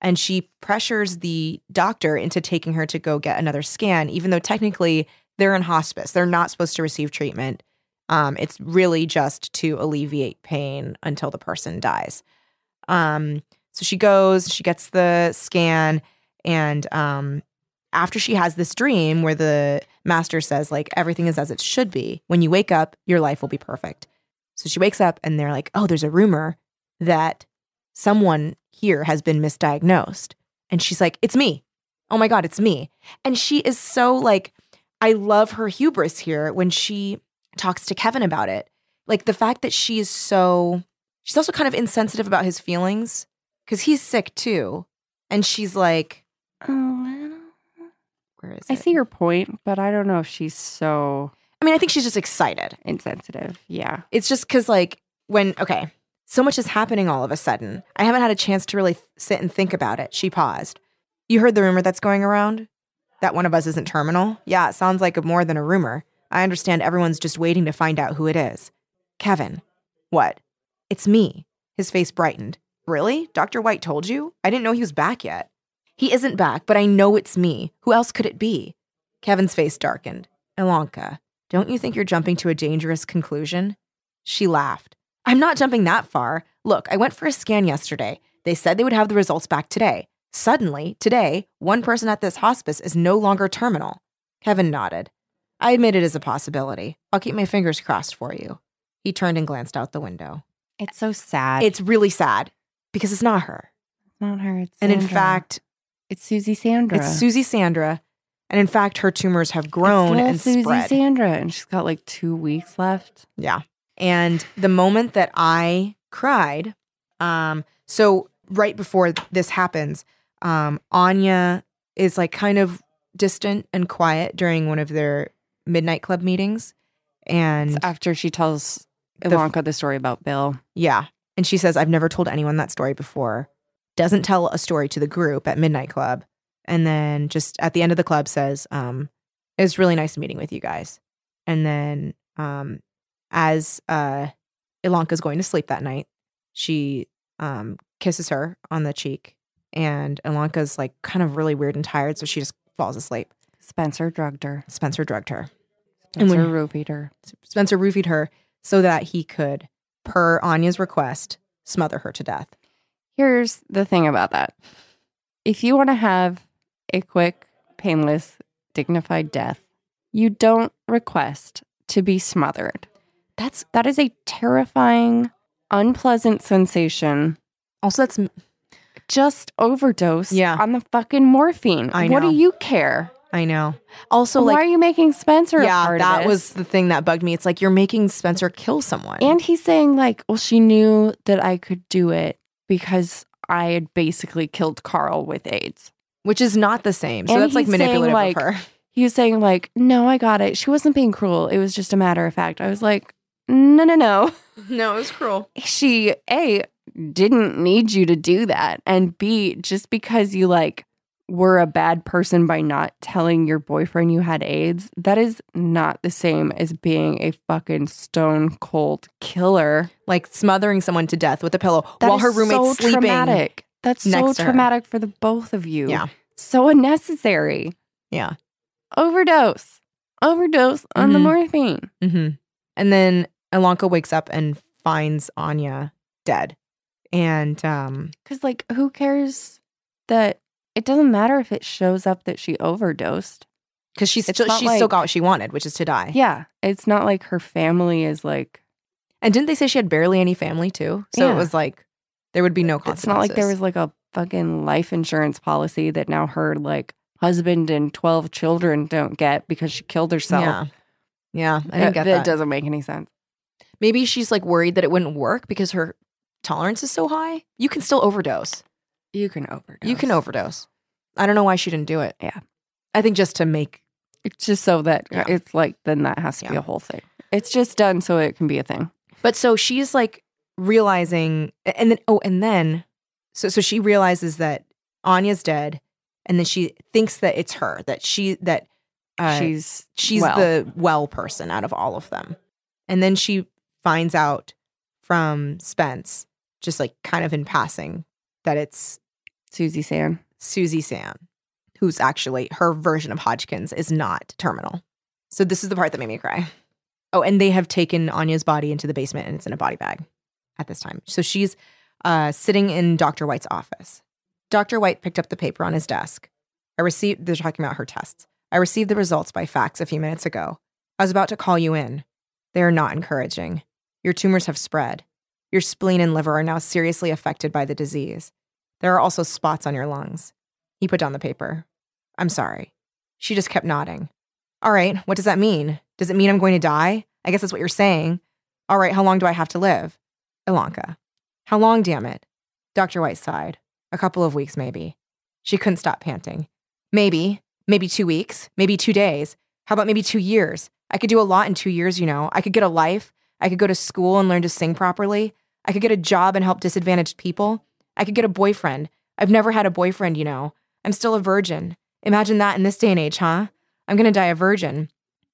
And she pressures the doctor into taking her to go get another scan, even though technically they're in hospice. They're not supposed to receive treatment. Um, it's really just to alleviate pain until the person dies. Um, so she goes, she gets the scan, and um, after she has this dream where the master says, like, everything is as it should be, when you wake up, your life will be perfect. So she wakes up and they're like, oh, there's a rumor that someone here has been misdiagnosed. And she's like, it's me. Oh my God, it's me. And she is so like, I love her hubris here when she talks to Kevin about it. Like the fact that she is so, she's also kind of insensitive about his feelings because he's sick too. And she's like,
Oh,
where is
I
it?
see your point, but I don't know if she's so
I mean, I think she's just excited.
insensitive. Yeah,
It's just because, like, when, okay, so much is happening all of a sudden. I haven't had a chance to really th- sit and think about it. She paused. You heard the rumor that's going around? That one of us isn't terminal? Yeah, it sounds like a, more than a rumor. I understand everyone's just waiting to find out who it is. Kevin. What? It's me. His face brightened. Really? Dr. White told you? I didn't know he was back yet. He isn't back, but I know it's me. Who else could it be? Kevin's face darkened. Ilanka, don't you think you're jumping to a dangerous conclusion? She laughed. I'm not jumping that far. Look, I went for a scan yesterday. They said they would have the results back today. Suddenly, today, one person at this hospice is no longer terminal. Kevin nodded. I admit it is a possibility. I'll keep my fingers crossed for you. He turned and glanced out the window.
it's so sad. It's
It's really sad because it's not her.
not her. It's
And in
Sandra.
fact,
it's Susie Sandra.
it's Susie Sandra. And in fact, her tumors have grown
It's little
and
Susie
spread.
Sandra, and she's got like two weeks left.
Yeah. And the moment that I cried, um, so right before this happens, um, Anya is like kind of distant and quiet during one of their midnight club meetings.
It's
And
after she tells
The f-
Ivanka the, story about Bill.
yeah. And she says, I've never told anyone that story before. Doesn't tell a story to the group at Midnight Club. And then just at the end of the club says, um, it was really nice meeting with you guys. And then um, as uh, Ilanka's going to sleep that night, she um, kisses her on the cheek. And Ilanka's like kind of really weird and tired. So she just falls asleep.
Spencer drugged her.
Spencer drugged her. And
Spencer
when-
roofied her.
Spencer roofied her so that he could, per Anya's request, smother her to death.
Here's the thing about that. If you want to have a quick, painless, dignified death, you don't request to be smothered.
That's
That is a terrifying, unpleasant sensation.
Also, that's
Just overdose
Yeah.
on the fucking morphine.
I
What
know.
do you care?
I know. Also,
So why
like,
are you making Spencer? a
yeah,
part
that
of this?
was the thing that bugged me. It's like you're making Spencer kill someone.
And he's saying, like, well, she knew that I could do it because I had basically killed Carl with AIDS.
which is not the same. So
And
that's like
he's saying,
manipulative
like,
of
[laughs]
her.
He was saying, like, no, I got it. She wasn't being cruel. It was just a matter of fact. I was like, no, no, no. [laughs]
No, it was cruel.
She, A, didn't need you to do that. And B, just because you, like, were a bad person by not telling your boyfriend you had AIDS, that is not the same as being a fucking stone cold killer.
Like smothering someone to death with a pillow
That
while
is
her roommate's
so
sleeping.
Traumatic. That's so
next to her.
traumatic for the both of you.
Yeah.
So unnecessary.
Yeah.
Overdose. Overdose on the
Mhm.
morphine.
hmm And then Alonka wakes up and finds Anya dead. And um,
Because, like, who cares that it doesn't matter if it shows up that she overdosed?
because she's
It's
still,
not
she still
like-
got what she wanted, which is to die.
Yeah. It's not like her family is like,
And didn't they say she had barely any family too? So
Yeah.
it was like there would be no consequences.
it's not like there was like a fucking life insurance policy that now her like husband and 12 children don't get because she killed herself.
Yeah. Yeah, I
That,
didn't get that.
that doesn't make any sense.
Maybe she's like worried that it wouldn't work because her tolerance is so high. You can still overdose.
You can overdose.
You can overdose. I don't know why she didn't do it.
Yeah.
I think just to make
It's just so that
Yeah.
it's like then that has to be
Yeah.
a whole thing. It's just done so it can be a thing.
But so she's like realizing, and then oh, and then so so she realizes that Anya's dead, and then she thinks that it's her that she that uh, she's
she's
she's
well.
the well person out of all of them, and then she finds out from Spence, just like kind of in passing, that it's
Susie San.
Susie Sam, who's actually her version of Hodgkins is not terminal. So this is the part that made me cry. Oh, and they have taken Anya's body into the basement and it's in a body bag at this time. So she's uh, sitting in Dr. White's office. Dr. White picked up the paper on his desk. I received, they're talking about her tests. I received the results by fax a few minutes ago. I was about to call you in. They are not encouraging. Your tumors have spread. Your spleen and liver are now seriously affected by the disease. There are also spots on your lungs. He put down the paper. I'm sorry. She just kept nodding. All right, what does that mean? Does it mean I'm going to die? I guess that's what you're saying. All right, how long do I have to live? Ilanka. How long, damn it? Dr. White sighed. A couple of weeks, maybe. She couldn't stop panting. Maybe. Maybe two weeks. Maybe two days. How about maybe two years? I could do a lot in two years, you know. I could get a life. I could go to school and learn to sing properly. I could get a job and help disadvantaged people. I could get a boyfriend. I've never had a boyfriend, you know. I'm still a virgin. Imagine that in this day and age, huh? I'm going to die a virgin.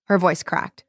Her voice cracked.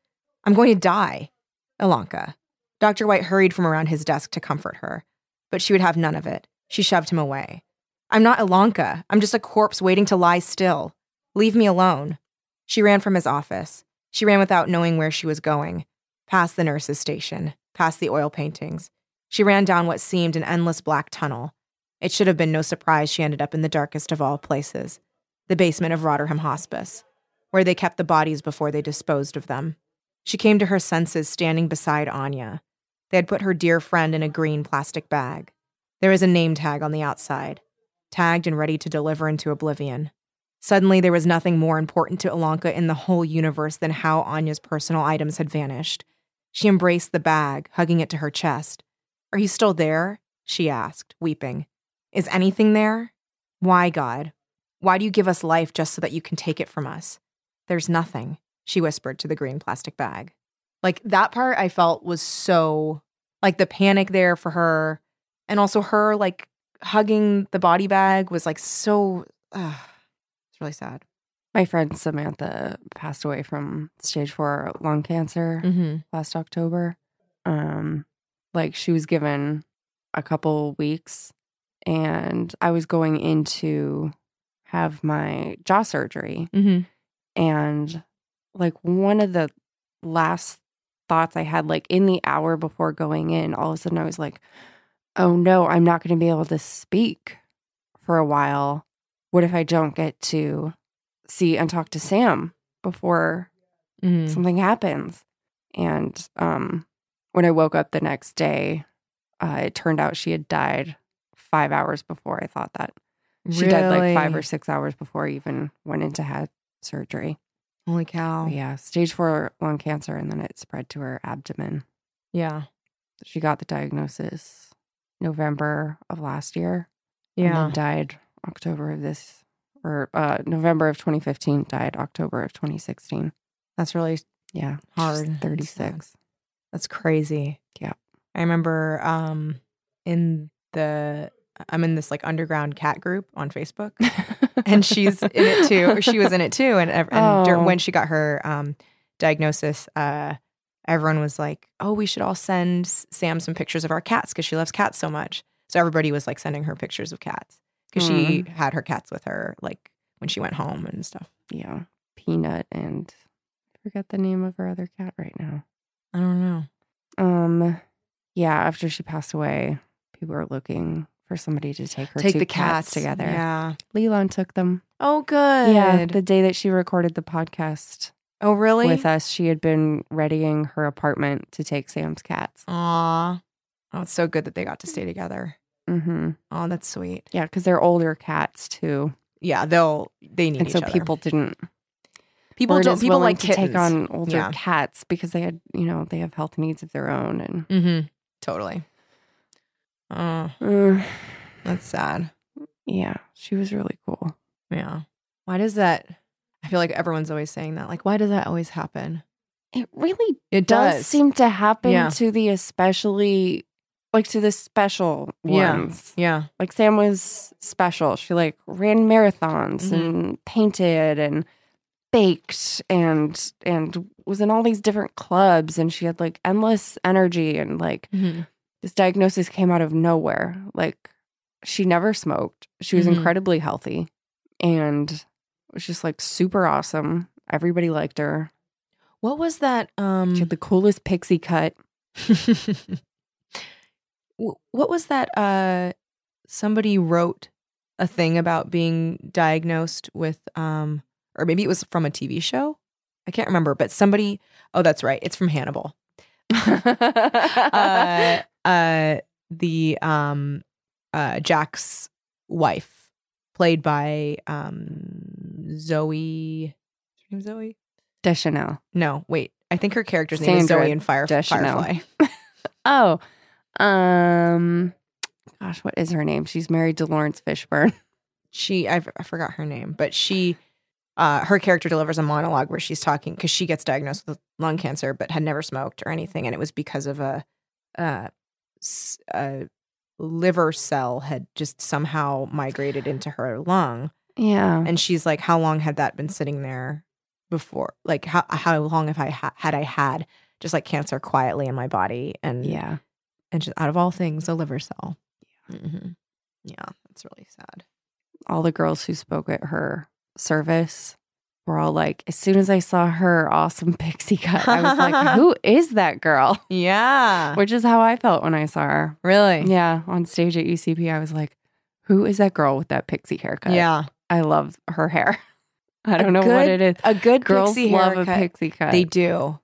I'm going to die. Ilanka. Dr. White hurried from around his desk to comfort her, but she would have none of it. She shoved him away. I'm not Ilanka. I'm just a corpse waiting to lie still. Leave me alone. She ran from his office. She ran without knowing where she was going, past the nurse's station, past the oil paintings. She ran down what seemed an endless black tunnel. It should have been no surprise she ended up in the darkest of all places the basement of Rotherham Hospice, where they kept the bodies before they disposed of them. She came to her senses standing beside Anya. They had put her dear friend in a green plastic bag. There was a name tag on the outside, tagged and ready to deliver into oblivion. Suddenly, there was nothing more important to Ilanka in the whole universe than how Anya's personal items had vanished. She embraced the bag, hugging it to her chest. Are you still there? She asked, weeping. Is anything there? Why, God? Why do you give us life just so that you can take it from us? There's nothing, she whispered to the green plastic bag. Like that part I felt was so like the panic there for her and also her like hugging the body bag was like so uh, it's really sad.
My friend Samantha passed away from stage four lung cancer
Mm-hmm.
last October. Um, like she was given a couple weeks, and I was going in to have my jaw surgery.
Mm-hmm.
and like one of the last thoughts I had, like in the hour before going in, all of a sudden I was like, oh no, I'm not going to be able to speak for a while. What if I don't get to see and talk to Sam before
Mm-hmm.
something happens? And um, when I woke up the next day, uh, it turned out she had died five hours before I thought that. She died like five or six hours before I even went in to have surgery.
Holy cow.
Yeah, stage four lung cancer, and then it spread to her abdomen.
Yeah.
She got the diagnosis November of last year.
Yeah.
And then died October of this, or uh, November of 2015, died October of 2016.
That's really
Yeah. she's
Hard.
36.
That's crazy.
Yeah.
I remember um in the I'm in this like underground cat group on
[laughs]
Facebook [laughs] and she's in it too. or She was in it too and ev- and dur-
Oh.
when she got her um diagnosis uh everyone was like, "Oh, we should all send S- Sam some pictures of our cats cuz she loves cats so much." So everybody was like sending her pictures of cats cuz she
Mm.
had her cats with her like when she went home and stuff.
[laughs] yeah, Peanut and I forget the name of her other cat right now.
I don't know.
Um, yeah, after she passed away, people were looking for somebody to take her two cats, together.
Yeah.
Leland took them.
Oh good.
Yeah, the day that she recorded the podcast
oh really?
with us, she had been readying her apartment to take Sam's cats.
Aw. Oh, it's so good that they got to
Mm.
stay together.
Mm-hmm.
Oh, that's sweet.
Yeah, because they're older cats too,
Yeah, they'll they need
and so
each other.
people didn't.
people
weren't
don't
as
people
willing
like
to
kittens.
take on older
Yeah.
cats because they had, you know, they have health needs of their own, and
Mm-hmm. Totally. Oh,
Mm,
that's sad.
yeah, she was really cool.
Yeah. Why does that? I feel like everyone's always saying that. Like, why does that always happen?
It really
It
does, seem to happen
Yeah.
to the especially like to the special
Yeah.
ones.
yeah.
Like Sam was special. She like ran marathons
Mhm.
and painted and baked and and was in all these different clubs and she had like endless energy and like this diagnosis came out of nowhere. Like she never smoked. She was
Mhm.
incredibly healthy and was just like super awesome. Everybody liked her.
What was that? Um.
She had the coolest pixie cut. [laughs]
[laughs] Wh- what was that uh somebody wrote a thing about being diagnosed with um or maybe it was from a TV show? I can't remember, but somebody oh that's right. It's from Hannibal.
[laughs]
Uh uh the um uh Jack's wife played by um Zoe is her name Zoe?
Deschanel.
No, wait. I think her character's name is
Sandra
Zoe in Fire,
Deschanel.
Firefly.
Oh, um, gosh, what is her name? She's married to Lawrence Fishburne. [laughs]
she I, f- I forgot her name, but she uh her character delivers a monologue where she's talking because she gets diagnosed with lung cancer but had never smoked or anything, and it was because of a uh s- a liver cell had just somehow migrated into her lung,
Yeah.
and she's like, "How long had that been sitting there before? Like how how long have I ha- had I had just like cancer quietly in my body and
Yeah.
and just out of all things a liver cell." Yeah, mm-hmm. yeah, that's really sad.
All the girls who spoke at her service were all like, as soon as I saw her awesome [laughs] pixie cut, I was like, who is that girl?
Yeah,
Which is how I felt when I saw her.
really.
Yeah. On stage at UCP, I was like, who is that girl with that pixie haircut?
Yeah.
I love her hair. [laughs] I don't know what
good
it is.
A good
Girls
pixie
love
haircut.
a pixie cut.
They do.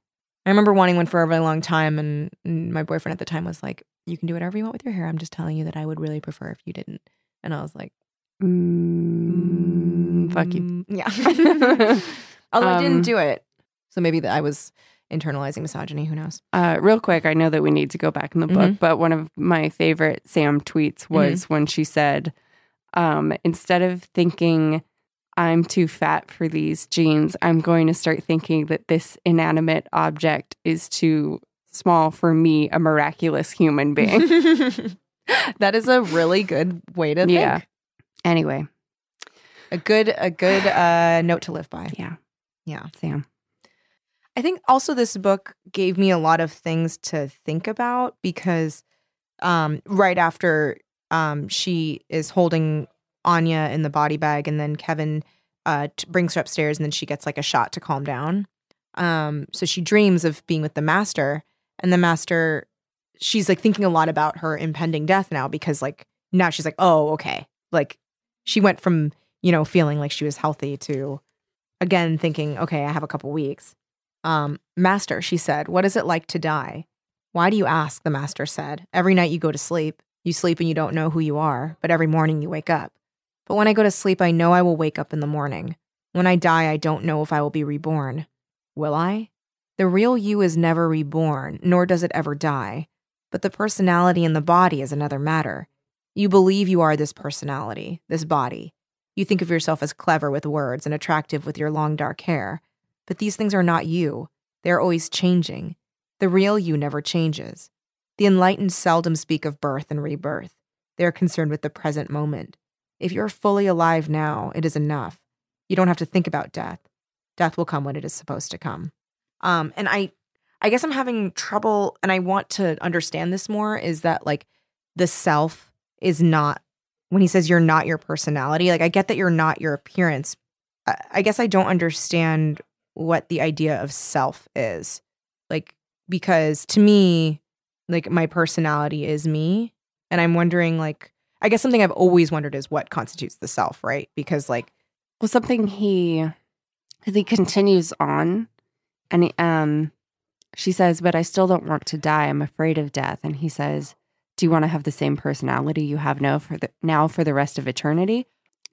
I remember wanting one for a really long time, and and my boyfriend at the time was like, "You can do whatever you want with your hair. I'm just telling you that I would really prefer if you didn't." And I was like,
Mm,
[laughs]
fuck you.
"Mm,
[laughs]
Yeah." [laughs] Although I didn't
Um,
do it, so maybe that I was internalizing misogyny. Who knows?
Uh, real quick, I know that we need to go back in the book, but one of my favorite Sam tweets was when she said, um, instead of thinking I'm too fat for these jeans, I'm going to start thinking that this inanimate object is too small for me, a miraculous human being.
[laughs] that is a really good way to
Yeah.
think.
anyway,
A good, a good uh, note to live by.
yeah.
Yeah.
Sam.
I think also this book gave me a lot of things to think about because um, right after um, she is holding Anya in the body bag, and then Kevin uh, t- brings her upstairs, and then she gets like a shot to calm down. Um, so she dreams of being with the master, and the master, she's like thinking a lot about her impending death now because like now she's like, oh, okay. Like she went from, you know, feeling like she was healthy to again thinking, okay, I have a couple weeks. Um, master, she said, what is it like to die? Why do you ask? The master said. Every night you go to sleep. You sleep and you don't know who you are, but every morning you wake up. But when I go to sleep, I know I will wake up in the morning. When I die, I don't know if I will be reborn. Will I? The real you is never reborn, nor does it ever die. But the personality in the body is another matter. You believe you are this personality, this body. You think of yourself as clever with words and attractive with your long dark hair. But these things are not you. They are always changing. The real you never changes. The enlightened seldom speak of birth and rebirth. They are concerned with the present moment. If you're fully alive now, it is enough. You don't have to think about death. Death will come when it is supposed to come. Um, and I, I guess I'm having trouble, and I want to understand this more. Is that like the self is not when he says you're not your personality? Like I get that you're not your appearance. I, I guess I don't understand what the idea of self is, like because to me, like my personality is me, and I'm wondering like I guess something I've always wondered is what constitutes the self, right? Because like
Well, something he because he continues on, and he, um, she says, "But I still don't want to die. I'm afraid of death." And he says, "Do you want to have the same personality you have now for the now for the rest of eternity?"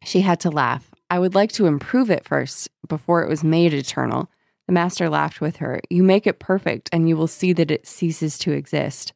She had to laugh. I would like to improve it first before it was made eternal. The master laughed with her. You make it perfect, and you will see that it ceases to exist.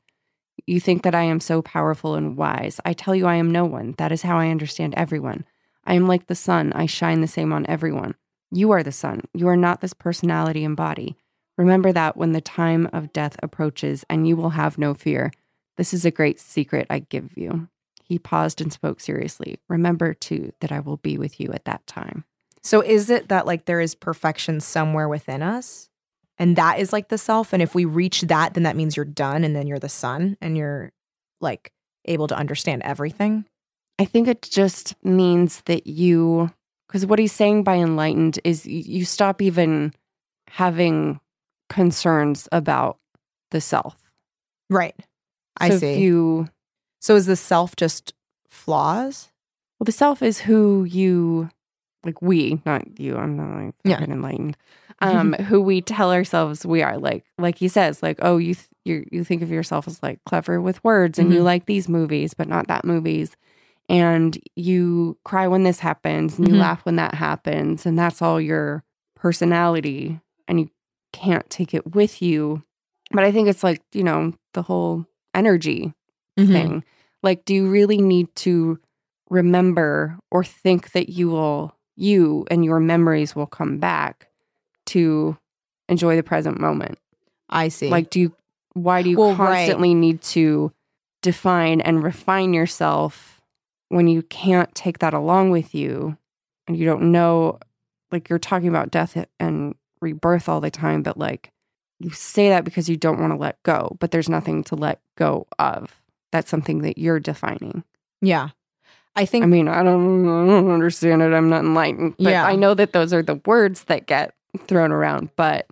You think that I am so powerful and wise. I tell you, I am no one. That is how I understand everyone. I am like the sun. I shine the same on everyone. You are the sun. You are not this personality and body. Remember that when the time of death approaches, and you will have no fear. This is a great secret I give you. He paused and spoke seriously. Remember, too, that I will be with you at that time.
So is it that like there is perfection somewhere within us? And that is like the self. And if we reach that, then that means you're done and then you're the sun and you're like able to understand everything.
I think it just means that you, because what he's saying by enlightened is y- you stop even having concerns about the self.
Right. I
So
see.
If you,
so is the self just flaws?
well, the self is who you, like we, not you. I'm not like
Yeah.
fucking enlightened. Um, who we tell ourselves we are. Like, like he says, like, oh, you, th- you, you think of yourself as like clever with words, and you
Mhm.
like these movies, but not that movies. and you cry when this happens and you
Mhm.
laugh when that happens and that's all your personality and you can't take it with you but i think it's like you know the whole energy
Mm-hmm.
thing like do you really need to remember or think that you will you and your memories will come back to enjoy the present moment
I see.
like, do you? Why do you
Well, right.
constantly need to define and refine yourself when you can't take that along with you, and you don't know? Like you're talking about death and rebirth all the time, but like you say that because you don't want to let go, but there's nothing to let go of. That's something that you're defining.
yeah. I think
I mean, I don't, I don't understand it. I'm not enlightened, but
Yeah.
I know that those are the words that get thrown around. But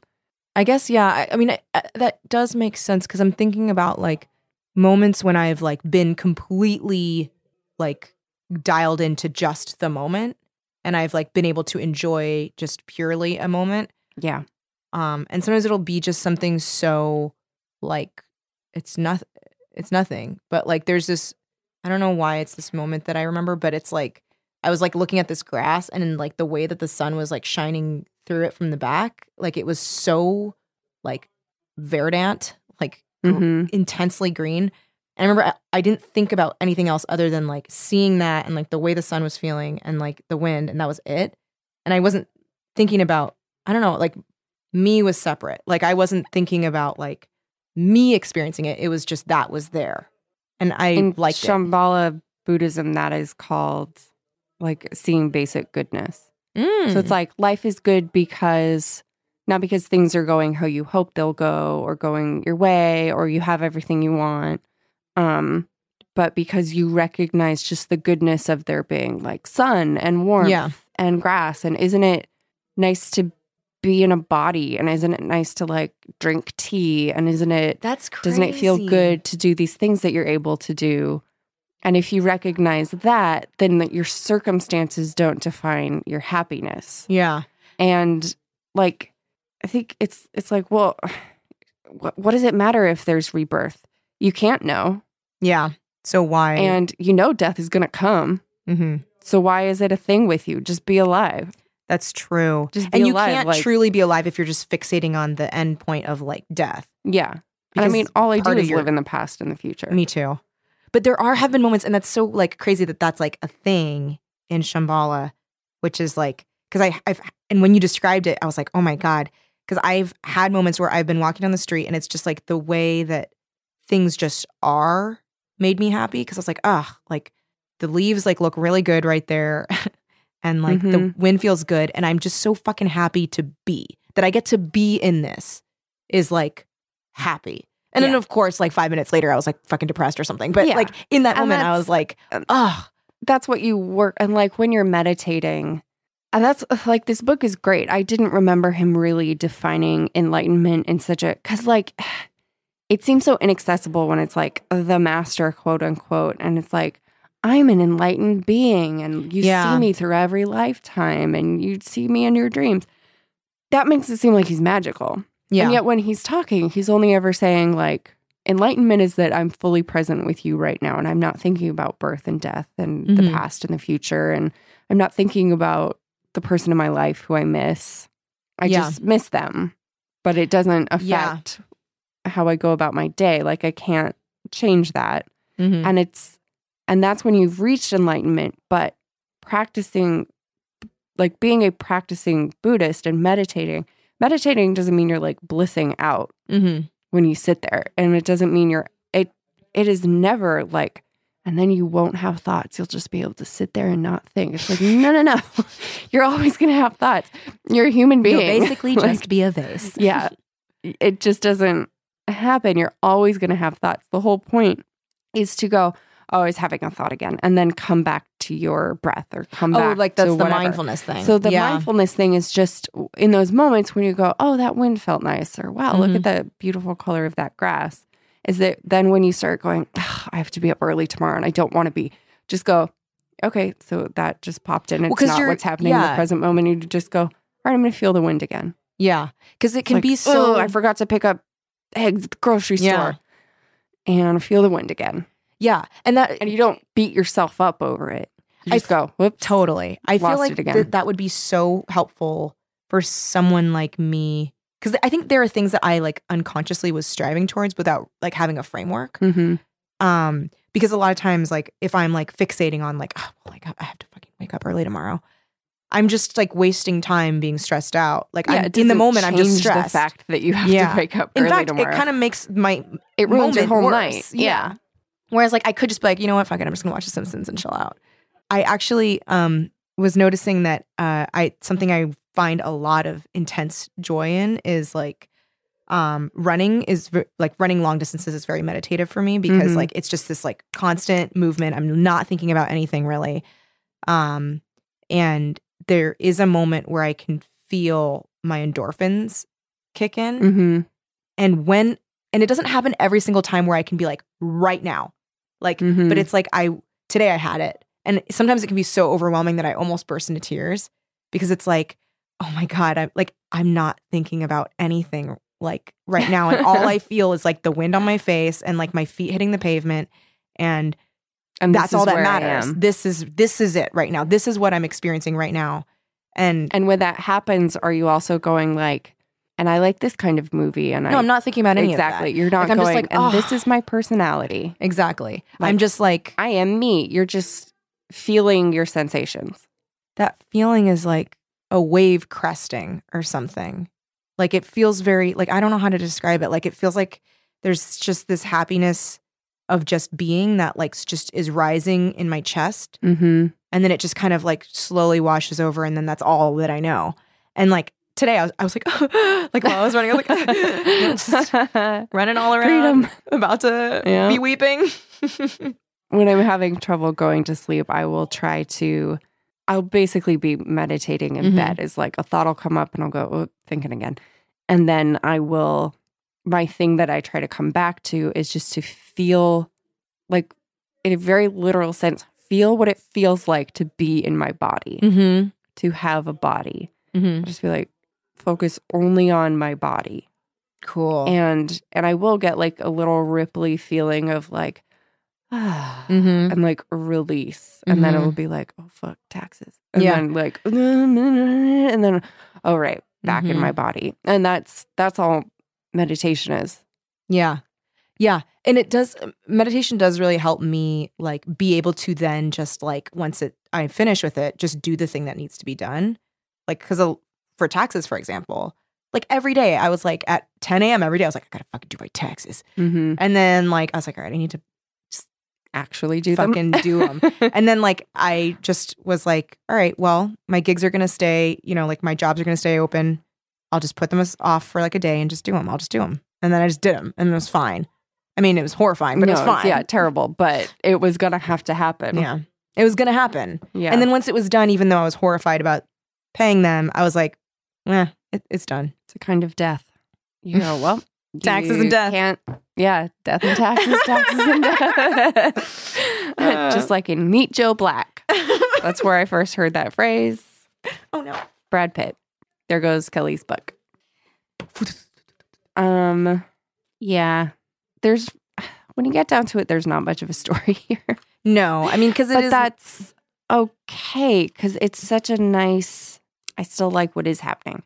I guess yeah. I, I mean I, I, that does make sense because I'm thinking about like moments when I've like been completely like dialed into just the moment, and I've like been able to enjoy just purely a moment.
yeah,
Um, and sometimes it'll be just something so like it's not it's nothing, but like there's this I don't know why it's this moment that I remember, but it's like I was like looking at this grass and like the way that the sun was like shining through it from the back, like it was so like verdant, like gr-
Mhm.
intensely green. And I remember I, I didn't think about anything else other than like seeing that and like the way the sun was feeling and like the wind, and that was it. And I wasn't thinking about, I don't know, like me was separate. Like I wasn't thinking about like me experiencing it. It was just that was there. And I
in
liked
Shambhala Buddhism, that is called like seeing basic goodness.
it. Mm.
So it's like life is good because not because things are going how you hope they'll go or going your way or you have everything you want. Um but because you recognize just the goodness of there being like sun and warmth
Yeah.
and grass and isn't it nice to be in a body and isn't it nice to like drink tea and isn't it
that's crazy.
doesn't it feel good to do these things that you're able to do? And if you recognize that, then that your circumstances don't define your happiness.
Yeah.
And like, I think it's it's like, well, [sighs] what, what does it matter if there's rebirth? You can't know,
Yeah. So why?
and you know death is gonna come.
Mhm.
So why is it a thing with you? Just be alive.
That's true.
Just be
and you
alive,
can't
like-
truly be alive if you're just fixating on the end point of like death.
Yeah. And I
Because
mean, all I do
part of
is
your-
live in the past and the future.
Me too. But there are have been moments, and that's so like crazy that that's like a thing in Shambhala, which is like because I I've and when you described it, I was like, oh my god, because I've had moments where I've been walking down the street and it's just like the way that things just are made me happy because I was like, ugh, like the leaves like look really good right there, [laughs] and like the
Mhm.
wind feels good, and I'm just so fucking happy to be that I get to be in this is like happy. And then
Yeah.
of course, like five minutes later, I was like fucking depressed or something. But
Yeah.
like in that
And
moment, I
that's-
was like,
um,
oh,
that's what you work and like when you're meditating and that's like this book is great i didn't remember him really defining enlightenment in such a because like [sighs] it seems so inaccessible when it's like the master quote unquote and it's like i'm an enlightened being and you
Yeah.
see me through every lifetime and you see me in your dreams that makes it seem like he's magical
yeah,
and yet when he's talking he's only ever saying like enlightenment is that I'm fully present with you right now and I'm not thinking about birth and death and
Mhm.
the past and the future and I'm not thinking about the person in my life who I miss. I
Yeah.
just miss them. But it doesn't
Yeah.
affect how I go about my day. Like I can't change that.
Mhm.
And it's and that's when you've reached enlightenment, but practicing like being a practicing Buddhist and meditating. Meditating doesn't mean you're like blissing out
Mhm.
when you sit there and it doesn't mean you're it it is never like and then you won't have thoughts you'll just be able to sit there and not think it's like no no [laughs] no you're always going to have thoughts you're a human
You'll [laughs]
being
basically
Like,
just be a vase.
[laughs] yeah it just doesn't happen you're always going to have thoughts the whole point is to go oh, I was having a thought again and then come back to your breath or
[laughs]
come
Oh,
back
like that's
to
the
whatever.
mindfulness thing.
So the
yeah.
mindfulness thing is just in those moments when you go, "Oh, that wind felt nice," or "Wow,
Mhm.
look at the beautiful color of that grass." Is that then when you start going, "Ugh, "I have to be up early tomorrow, and I don't want to be," just go, "Okay, so that just popped in.
Well,
It's
'cause
not
you're-
what's happening in
yeah.
the present moment." You just go, "All right, I'm going to feel the wind again."
yeah, because it
It's
can
like,
be so.
"Oh, I forgot to pick up eggs at the grocery
Yeah.
store, and feel the wind again,
yeah, and that
and you don't beat yourself up over it. You
I
just go, "Whoops,
Totally. I feel
Lost
like
it again.
that that would be so helpful for someone like me because I think there are things that I like unconsciously was striving towards without like having a framework.
Mhm.
Um, because a lot of times, like if I'm like fixating on like, oh, well, like I have to fucking wake up early tomorrow, I'm just like wasting time being stressed out. Like
Yeah,
I'm,
it
in the
doesn't
moment, I'm just
change
stressed.
The fact that you have
Yeah.
to wake up
in
early
fact,
tomorrow.
it kind of makes my
it ruins your
moment
whole
worse.
night.
Yeah. Whereas like I could just be like, you know what, fuck it, I'm just gonna watch The Simpsons and chill out. I actually um was noticing that uh I something I find a lot of intense joy in is like um running is ve- like running long distances is very meditative for me because
Mhm.
like it's just this like constant movement. I'm not thinking about anything really. Um and there is a moment where I can feel my endorphins kick in
Mm-hmm.
and when and it doesn't happen every single time where i can be like right now like
Mhm.
but it's like i today i had it and sometimes it can be so overwhelming that i almost burst into tears because it's like oh my god i'm like i'm not thinking about anything like right now and
[laughs]
all i feel is like the wind on my face and like my feet hitting the pavement and
And this
that's all
is
that
where I
matters
am.
this is this is it right now this is what i'm experiencing right now and
And when that happens, are you also going like, and I like this kind of movie, and I
no i'm not thinking about any
exactly.
of
You're not
Like, I'm
going.
just like,
and this
"Oh."
is my personality.
that exactly i'm
Like,
just like
I am me. You're just feeling your sensations.
that feeling is like a wave cresting or something. Like it feels very like I don't know how to describe it. Like it feels like there's just this happiness of just being that like s- just is rising in my chest
Mm-hmm.
and then it just kind of like slowly washes over and then that's all that I know. And like today I was I was like [laughs] like while I was [laughs] running I was
[laughs]
like running all around
Freedom.
about to
Yeah.
be weeping.
[laughs]
[laughs]
when I'm having trouble going to sleep, I will try to. I'll basically be meditating in
Mhm.
bed. Is like a thought will come up, and I'll go oh, thinking again, and then I will. My thing that I try to come back to is just to feel, like, in a very literal sense, feel what it feels like to be in my body,
mhm.
to have a body.
Mhm.
I'll just be like, focus only on my body
Cool.
and and I will get like [sighs] a little ripply feeling of like
Mm-hmm.
and like release. And then it
Mhm.
will be like, oh fuck, taxes. And
Yeah.
then like [laughs] and then oh right, back in
Mhm.
my body. And that's that's all meditation is.
Yeah. Yeah. And it does um, meditation does really help me like be able to then just like once it I finish with it, just do the thing that needs to be done. Like cuz for taxes, for example, like every day I was like at 10 a.m. every day, I was like, I gotta fucking do my taxes.
Mm-hmm.
And then like I was like, all right, I need to
Actually do
Fucking
them.
do
[laughs]
'em. and then like I just was like, all right, well, my gigs are gonna stay, you know, like my jobs are gonna stay open. I'll just put them as- off for like a day and just do them. I'll just do them. And then I just did them and it was fine. I mean, it was horrifying, but it was
No, it's-
fine.
Yeah, terrible, but it was gonna have to happen.
Yeah. It was going to happen.
yeah.
And then once it was done, even though I was horrified about paying them, I was like, eh, it, it's done. [laughs]
it's a kind of death. You know, well,
Taxes and
you
death.
Can't, yeah, death and taxes, taxes and death. [laughs]
Uh.
Just like in Meet Joe Black.
oh,
That's where I first heard that phrase.
no.
Brad Pitt. There goes Kelly's book. Um, yeah. There's [sighs] when you get down to it, there's not much of a story [laughs] here,
No. I mean, because it
but
is.
that's okay because it's such a nice. I still like what is happening.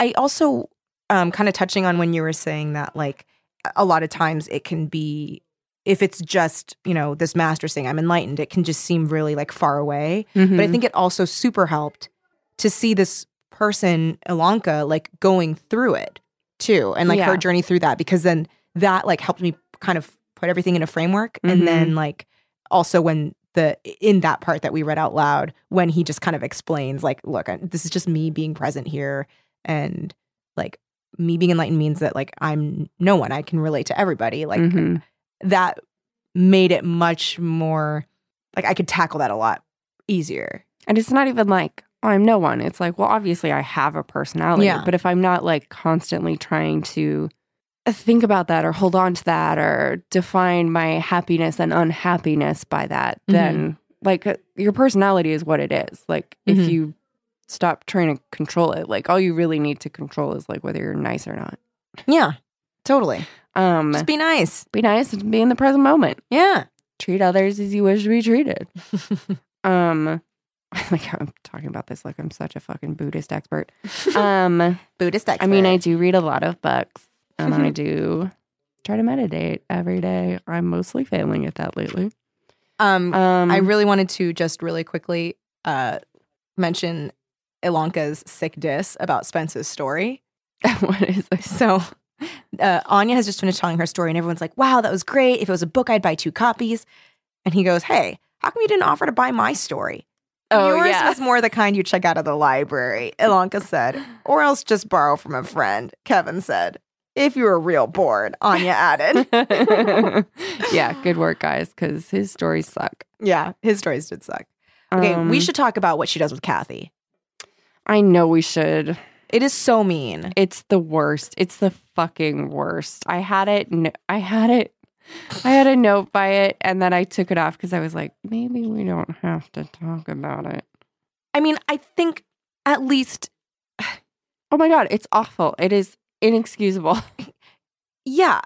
I also um, kind of touching on when you were saying that, like, a lot of times it can be, if it's just, you know, this master saying I'm enlightened, it can just seem really like far away. But
Hmm.
I think it also super helped to see this person, Ilanka, like going through it too, and like
Yeah.
her journey through that, because then that like helped me kind of put everything in a framework.
Mhm.
And then like also when the in that part that we read out loud, when he just kind of explains, like, look, I, this is just me being present here, and like me being enlightened means that like I'm no one, I can relate to everybody, like
Mhm.
that made it much more like I could tackle that a lot easier.
and it's not even like oh, I'm no one. It's like well, obviously I have a personality,
Yeah.
but if I'm not like constantly trying to think about that or hold on to that or define my happiness and unhappiness by that, then like uh, your personality is what it is. Like if
Mhm.
you stop trying to control it, like all you really need to control is like whether you're nice or not.
Yeah, totally.
Um,
Just be nice.
be nice and be in the present moment.
[laughs] Yeah.
Treat others as you wish to be treated. Um, [laughs] like I'm talking about this like I'm such a fucking Buddhist expert.
[laughs]
Um,
Buddhist expert.
I mean, I do read a lot of books, and
Mm-hmm.
I do try to meditate every day. I'm mostly failing at that lately.
um,
Um,
I really wanted to just really quickly uh, mention Ilanka's sick diss about Spence's story.
[laughs]
[laughs]
what is this?
So uh, Anya has just finished telling her story, and everyone's like, "Wow, that was great! If it was a book, I'd buy two copies." And he goes, "Hey, how come you didn't offer to buy my story?"
Oh,
Yours was more the kind you check out of the library, Ilanka said, or else just borrow from a friend, Kevin said. If you were real bored, Anya added.
[laughs] yeah, good work, guys, because his stories suck.
yeah, his stories did suck. Okay,
Um,
we should talk about what she does with Kathy.
I know we should.
It is so mean.
It's the worst. It's the fucking worst. I had it. kn- I had it. I had a note by it, and then I took it off because I was like, maybe we don't have to talk about it.
I mean, I think at least,
Oh my god, it's awful. It is inexcusable. [laughs]
yeah,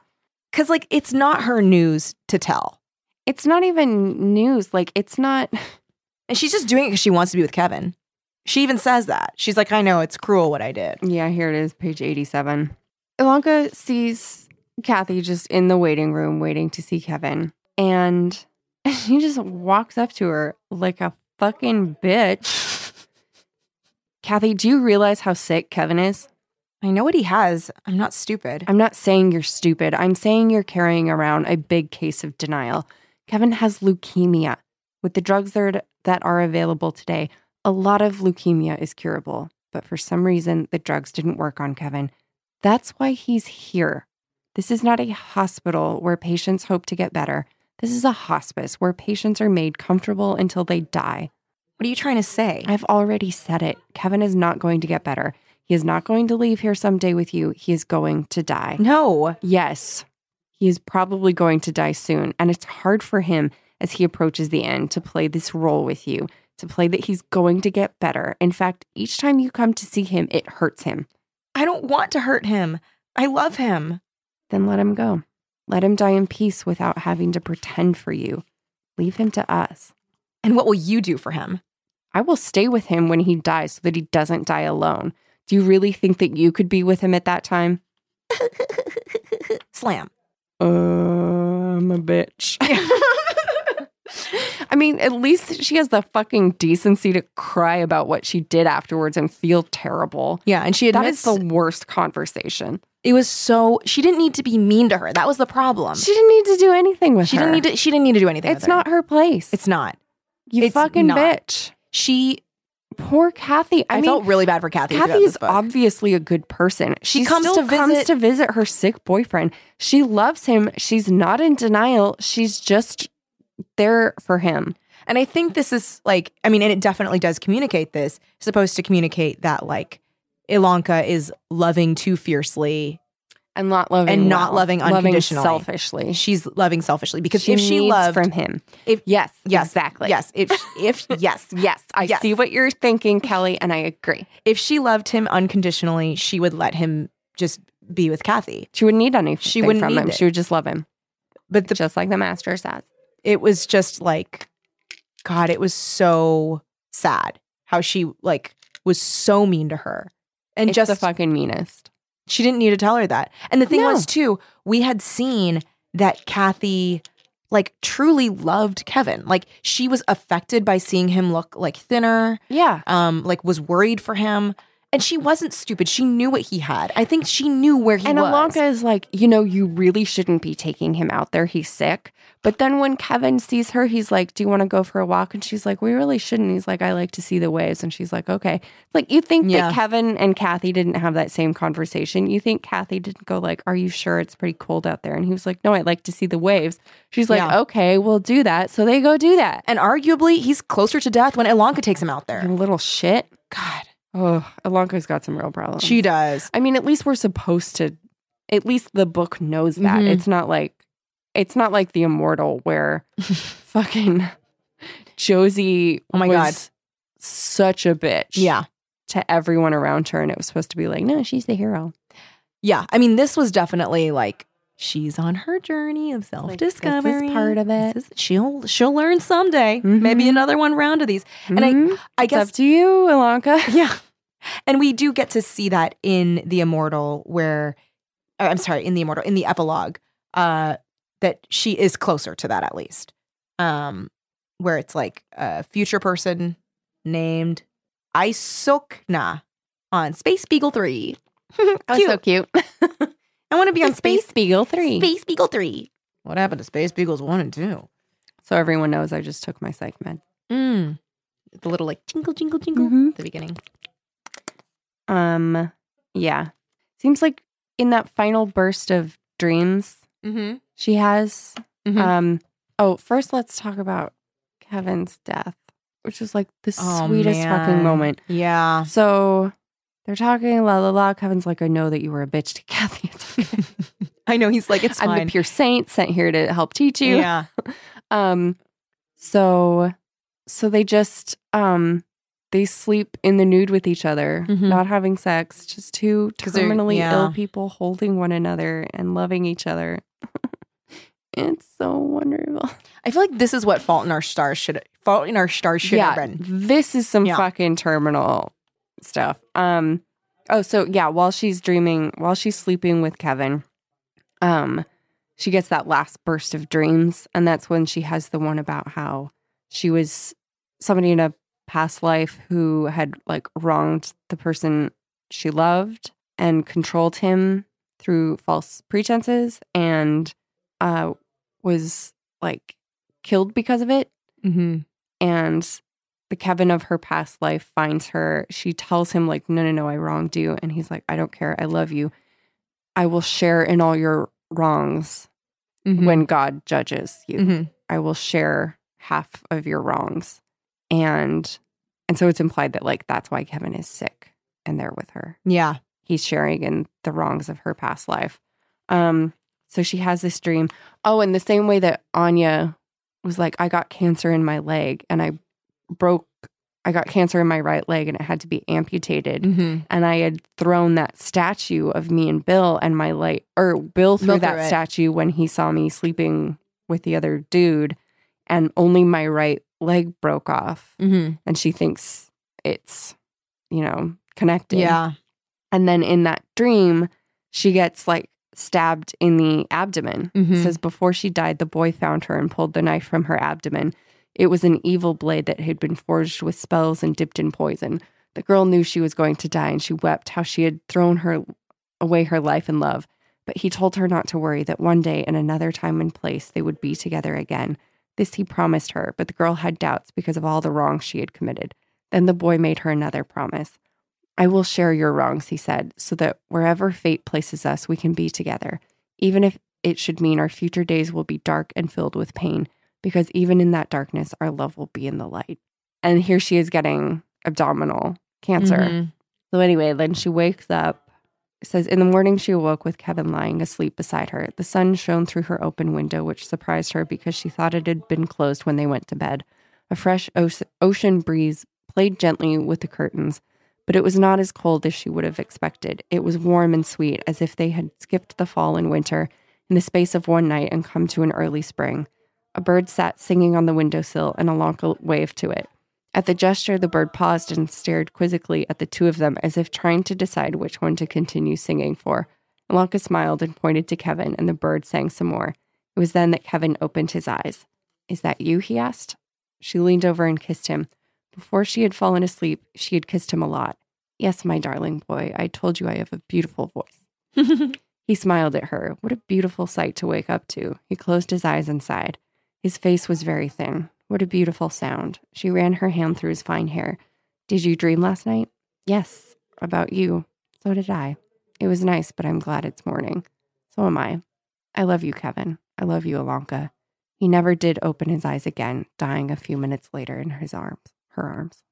because like it's not her news to tell.
It's not even news. Like it's not [laughs]
And she's just doing it because she wants to be with Kevin. She even says that. She's like, I know it's cruel what I did.
Yeah, here it is, page 87. Ilanka sees Kathy just in the waiting room waiting to see Kevin. And [laughs] she just walks up to her like a fucking bitch. [laughs] Kathy, do you realize how sick Kevin is?
I know what he has. I'm not stupid.
I'm not saying you're stupid. I'm saying you're carrying around a big case of denial. Kevin has leukemia. With the drugs that are, that are available today, a lot of leukemia is curable. But for some reason, the drugs didn't work on Kevin. That's why he's here. This is not a hospital where patients hope to get better. This is a hospice where patients are made comfortable until they die.
What are you trying to say?
I've already said it. Kevin is not going to get better. He is not going to leave here someday with you. He is going to die.
No.
Yes, he is probably going to die soon, and it's hard for him as he approaches the end to play this role with you, to play that he's going to get better. In fact, each time you come to see him, it hurts him.
I don't want to hurt him. I love him.
Then let him go. Let him die in peace without having to pretend for you. Leave him to us.
And what will you do for him?
I will stay with him when he dies so that he doesn't die alone. Do you really think that you could be with him at that time? [laughs]
Slam.
Uh, I'm a bitch. I mean, at least she has the fucking decency to cry about what she did afterwards and feel terrible.
Yeah, and she
That
admits
is the worst conversation.
it was so she didn't need to be mean to her. That was the problem.
She didn't need to do anything with
Um, She
her.
didn't need to she didn't need to do anything.
It's
with her.
not her place.
It's not.
you
it's
fucking
not.
bitch.
She
Poor Kathy. I,
I,
mean,
felt really bad for Kathy. throughout
Kathy
this
is
book.
obviously a good person.
She
She,
comes
still
to visit-
comes to visit her sick boyfriend. She loves him. She's not in denial. She's just there for him.
And I think this is like, I mean, and it definitely does communicate this, supposed to communicate that like Ilanka is loving too fiercely.
And not loving
And not
well.
loving unconditionally.
selfishly.
She's loving selfishly because if she
needs
loved,
from him.
if-
yes,
yes,
exactly.
yes, if,
[laughs]
if, yes,
Yes, I
Yes.
see what you're thinking, Kelly, and I agree.
if she loved him unconditionally, she would let him just be with Kathy.
She wouldn't need anything
She wouldn't
from
need
him.
it.
She would just love him,
But the,
just like the master says.
it was just like, God, it was so sad how she like was so mean to her. And
it's
just
the fucking meanest.
She didn't need to tell her that. And the thing
No.
was, too, we had seen that Kathy, like, truly loved Kevin. Like, she was affected by seeing him look like thinner,
Yeah.
um, like, was worried for him. And she wasn't stupid. She knew what he had. I think she knew where he
And
was.
Alonka is like, you know, you really shouldn't be taking him out there. He's sick. But then when Kevin sees her, he's like, Do you want to go for a walk? And she's like, We really shouldn't. He's like, I like to see the waves. And she's like, Okay. Like, you think
Yeah.
that Kevin and Kathy didn't have that same conversation. You think Kathy didn't go, like, Are you sure it's pretty cold out there? And he was like, No, I like to see the waves. She's like,
Yeah.
Okay, we'll do that. So they go do that.
and arguably, he's closer to death when Ilanka takes him out
You
there.
little shit.
God,
Oh, Alonka's got some real problems.
she does.
I mean, at least we're supposed to. At least the book knows that.
Mhm.
It's not like it's not like the immortal
[laughs]
where fucking Josie.
Oh my
was such a bitch.
Yeah.
to everyone around her, and it was supposed to be like, no, she's the hero.
Yeah. I mean, this was definitely like, she's on her journey of
like, this is
self-discovery.
part of it.
This is- she'll she'll learn someday. Maybe
Mhm.
another one round of these. And I-
Mhm.
I
it's
guess
up to you,
[laughs]
Ilanka.
yeah. And we do get to see that in The Immortal, where uh, I'm sorry, in The Immortal, in the epilogue, uh, that she is closer to that at least. Um, where it's like a future person named Isokna on Space Beagle [laughs] 3.
That
Oh, Cute.
was so cute. [laughs]
I want to be on
Space
Space,
Beagle three.
Space Beagle 3. What happened to Space Beagles 1 and 2?
So everyone knows I just took my psych med.
Mm. Mm-hmm. The little like tinkle, jingle, jingle
Mhm.
at the beginning.
Um, yeah. Seems like in that final burst of dreams
Mm-hmm.
she has,
Mhm.
Um. Oh, first let's talk about Kevin's death, which was like the
Oh,
sweetest fucking
man.
moment.
Yeah.
So they're talking, la la la. Kevin's like, I know that you were a bitch to [laughs] Kathy. It's okay.
I know he's like it's
I'm
fine.
the pure saint sent here to help teach you.
Yeah,
Um. So, so they just um they sleep in the nude with each other,
Mhm.
not having sex, just two
'Cause they're-
terminally
yeah.
ill people holding one another and loving each other. [laughs] it's so wonderful.
I feel like this is what Fault in Our Stars should Fault in Our Stars should have been.
This is some
Yeah.
fucking terminal stuff. Um oh so yeah, while she's dreaming, while she's sleeping with Kevin, um she gets that last burst of dreams and that's when she has the one about how she was somebody in a past life who had like wronged the person she loved and controlled him through false pretenses and uh was like killed because of it
Mm-hmm.
and the Kevin of her past life finds her. She tells him like, "No, no, no, I wronged you," and he's like, "I don't care. I love you. I will share in all your wrongs
Mm-hmm.
when God judges you. I will share half of your wrongs." And and so it's implied that like that's why Kevin is sick and they're with her
Yeah,
he's sharing in the wrongs of her past life. Um, so she has this dream. Oh, and the same way that Anya was like, I got cancer in my leg and I broke, I got cancer in my right leg and it had to be amputated.
Mm.
And I had thrown that statue of me and Bill and my leg, or Bill threw
Bill threw
that
it.
statue when he saw me sleeping with the other dude. and only my right leg broke off.
Mm-hmm.
And she thinks it's, you know, connected.
Yeah.
And then in that dream, she gets like stabbed in the abdomen.
Mhm.
It says before she died, the boy found her and pulled the knife from her abdomen. It was an evil blade that had been forged with spells and dipped in poison. The girl knew she was going to die and she wept how she had thrown her away her life and love. But he told her not to worry that one day in another time and place they would be together again. This he promised her, but the girl had doubts because of all the wrongs she had committed. Then the boy made her another promise. I will share your wrongs, he said, so that wherever fate places us, we can be together, even if it should mean our future days will be dark and filled with pain, because even in that darkness, our love will be in the light. And here she is getting abdominal cancer.
Mhm.
So anyway, then she wakes up. It says in the morning she awoke with Kevin lying asleep beside her. The sun shone through her open window, which surprised her because she thought it had been closed when they went to bed. A fresh oce- ocean breeze played gently with the curtains, but it was not as cold as she would have expected. It was warm and sweet, as if they had skipped the fall and winter in the space of one night and come to an early spring. A bird sat singing on the windowsill, and Alonka waved to it. At the gesture, the bird paused and stared quizzically at the two of them as if trying to decide which one to continue singing for. Alonka smiled and pointed to Kevin, and the bird sang some more. It was then that Kevin opened his eyes. Is that you? he asked. She leaned over and kissed him. Before she had fallen asleep, she had kissed him a lot. Yes, my darling boy, I told you I have a beautiful voice.
Mm-hmm.
[laughs] He smiled at her. What a beautiful sight to wake up to. He closed his eyes and sighed. His face was very thin. What a beautiful sound. She ran her hand through his fine hair. Did you dream last night? Yes, about you. So did I. It was nice, but I'm glad it's morning. So am I. I love you, Kevin. I love you, Alonka. He never did open his eyes again, dying a few minutes later in his arms, her arms.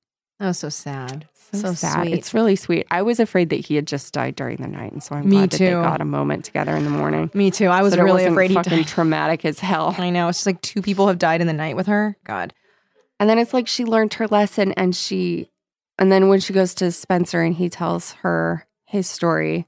That was so sad. So sweet.
It's really sweet. I was afraid that he had just died during the night, and so I'm
Me
glad that they
too.
got a moment together in the morning.
Me too. I was
So that it
really
wasn't
afraid he
fucking
died.
traumatic as hell.
[laughs] I know. It's just like two people have died in the night with her. God.
[laughs] And then it's like she learned her lesson and she and then when she goes to Spencer and he tells her his story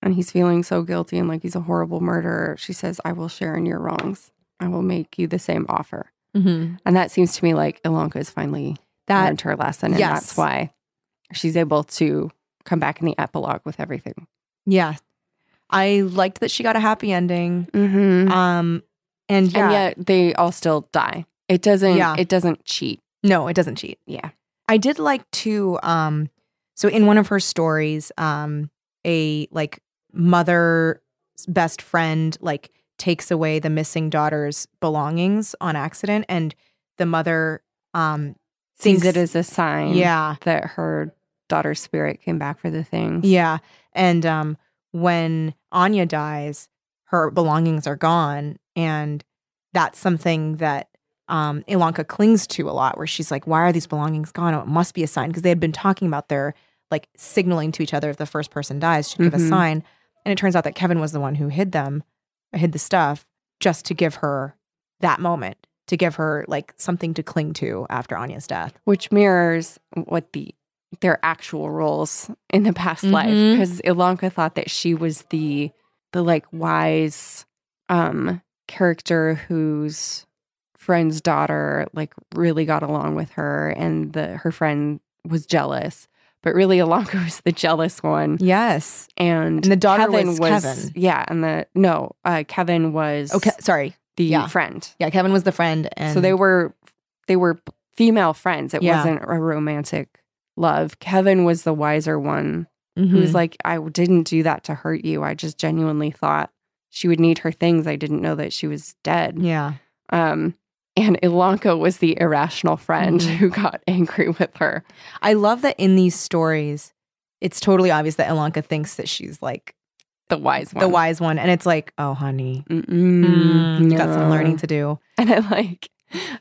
and he's feeling so guilty and like he's a horrible murderer, she says, I will share in your wrongs. I will make you the same offer.
Mm-hmm.
And that seems to me like Ilanka has finally
That
learned her lesson. And
yes.
that's why she's able to come back in the epilogue with everything.
yeah. I liked that she got a happy ending.
Mm-hmm.
Um and yeah.
And yet they all still die. It doesn't
Yeah.
it doesn't cheat.
no, it doesn't cheat.
Yeah.
I did like to um so in one of her stories, um a like mother best friend like takes away the missing daughter's belongings on accident and the mother um
Sees
thinks-
it as a sign.
yeah
that her daughter's spirit came back for the [laughs] things.
Yeah. And um when Anya dies, her belongings are gone and that's something that um Ilanka clings to a lot where she's like why are these belongings gone? Oh, it must be a sign because they had been talking about their like signaling to each other if the first person dies, she'd give a
Mhm.
sign. And it turns out that Kevin was the one who hid them, hid the stuff just to give her that moment, to give her like something to cling to after Anya's death.
Which mirrors what the their actual roles in the past life. 'Cause
Mhm.
life. Because Ilanka thought that she was the the like wise um character whose friend's daughter like really got along with her and the her friend was jealous. But really Ilanka [laughs] was the jealous one.
Yes.
And,
And the daughter
Kevin
was Kevin.
Yeah, and the no, uh Kevin was
Okay, Oh, sorry.
the
yeah.
friend.
Yeah, Kevin was the friend and
so they were they were female friends. It
Yeah.
wasn't a romantic love. Kevin was the wiser one who
Mhm.
was like, I didn't do that to hurt you. I just genuinely thought she would need her things. I didn't know that she was dead.
Yeah.
Um and Ilanka was the irrational friend
Mhm.
[laughs] who got angry with her.
I love that in these stories, it's totally obvious that Ilanka thinks that she's like
The wise one.
the wise one. And it's like, oh, honey,
Mm-mm,
mm, you got some
no.
learning to do.
[laughs] And I like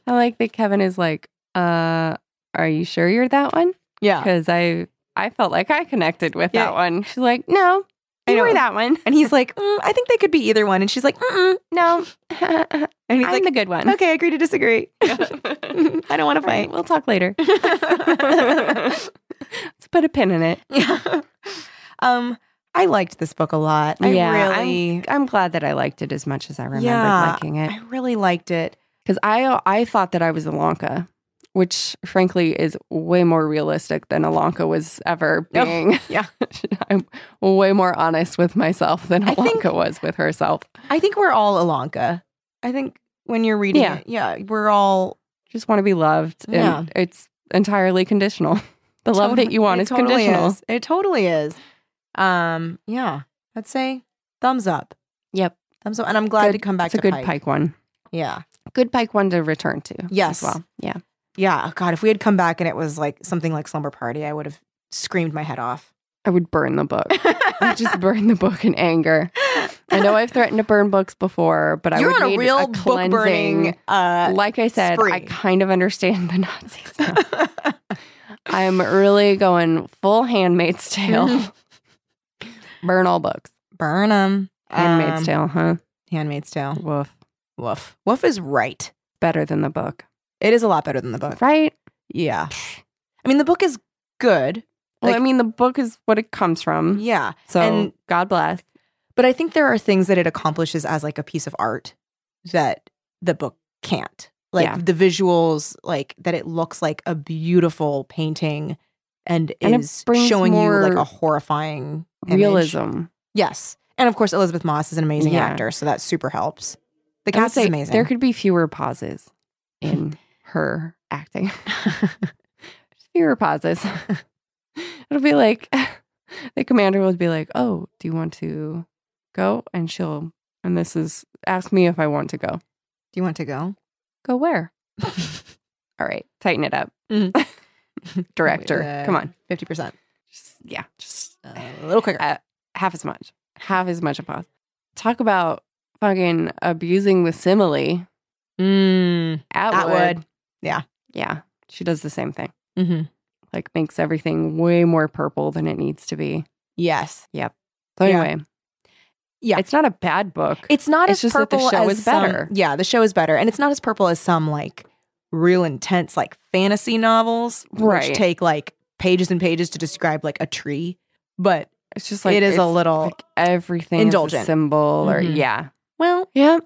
I like that Kevin is like, uh, are you sure you're that one?
Yeah.
because I I felt like I connected with
Yeah.
that one. She's like, no,
I
you
know.
were that one.
And he's like, mm, I think they could be either one. And she's like, Mm-mm.
No, I'm
[laughs] and he's
the
like,
good one.
okay, I agree to disagree. [laughs]
[laughs]
I don't want to [laughs]
All [laughs] right,
fight.
we'll talk later. Let's put a pin in it.
yeah. Um, I liked this book a lot. I
Yeah, I'm-
really,
I'm glad that I liked it as much as I remembered
Yeah.
liking it.
I really liked it.
Because I I thought that I was Alonka, which frankly is way more realistic than Alonka was ever
[laughs] Oh,
being.
yeah.
[laughs] I'm way more honest with myself than
I
Alonka
think-
was with herself.
I think we're all Alonka. I think when you're reading
Yeah.
it, yeah, we're all
Just want to be loved, and
Yeah.
it's entirely conditional. [laughs] The love that
Totally-
you
it
want is
totally
conditional.
is. It totally is. Um, yeah, I'd say thumbs up,
Yep,
thumbs up, and I'm glad
Good-
to come back
it's a
to
good
Pike.
Pike. one.
Yeah,
Good Pike one to return to.
Yes.
as well. Yeah.
yeah. God, if we had come back and it was like something like Slumber Party, I would have screamed my head off.
[laughs] I would burn the book. I
[laughs]
just burn the book in anger. I know I've threatened to burn books before, but I
You're
would
on a
need
real
a
book burning.
cleansing.
Uh,
Like I said, I
spree.
kind of understand the Nazis.
[laughs]
now.
uh,
[laughs] I'm really going full
[laughs]
Handmaid's Tale. burn all books.
Burn 'em.
Handmaid's
Um,
Tale, huh?
Handmaid's Tale.
Woof.
Woof. Woof is right.
Better than the book,
It is a lot better than the book.
right?
Yeah. I mean, the book is good.
well, I
Like-
mean, the book is what it comes from.
Yeah.
So
and-
God bless.
But I think there are things that it accomplishes as like a piece of art that the book can't. Like
Yeah.
the visuals, like that it looks like a beautiful painting and,
And it
is
brings
showing you like
more
a horrifying image.
Realism.
Yes. And of course, Elizabeth Moss is an amazing
Yeah.
actor, so that super helps. The
I would
cast is
say
amazing.
There could be fewer pauses
[laughs]
in her acting. [laughs] fewer pauses. [laughs] It'll be like [laughs] the commander would be like, "Oh, do you want to go?" And she'll, and this is ask me if I want to go.
Do you want to go?
Go where? All right, tighten it up, [laughs] director.
[laughs]
Come on,
uh, fifty percent,
just yeah, just
a little quicker.
uh, half as much, half as much a pause. Talk about fucking abusing the simile.
Mm.
Atwood.
Atwood. Yeah.
yeah, she does the same thing.
Mm-hmm.
like makes everything way more purple than it needs to be.
Yes,
So
Yeah.
anyway,
Yeah.
it's not a bad book.
it's not
It's
as
just that the
purple
show
as
is
some-
better.
yeah, the show is better, and it's not as purple as some like real intense like fantasy novels,
Right.
Which take like pages and pages to describe like a tree, but
It's just like
it is a
it's
little.
like everything is a
indulgent.
symbol or
Mhm.
yeah,
well,
yeah.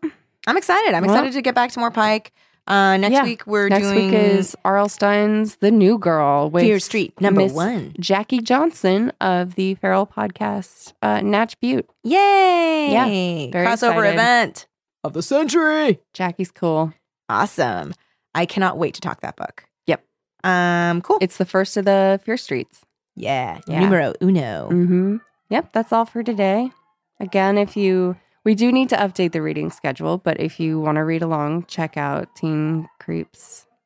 I'm excited. I'm
Well-
excited to get back to more Pike. Uh, next
Yeah.
week we're
Next
doing
week is R.L. Stein's The New Girl with
Fear Street number
Miss-
one.
Jackie Johnson of the Feral Podcast, uh, Natch Butte.
Yay!
very
crossover
excited.
event of the century.
Jackie's cool.
Awesome. I cannot wait to talk that book.
Yep.
Um, cool.
It's the first of the Fear Streets.
yeah.
Yeah.
Numero uno.
Mm-hmm. Yep, that's all for today. Again, if you we do need to update the reading schedule, but if you want to read along, check out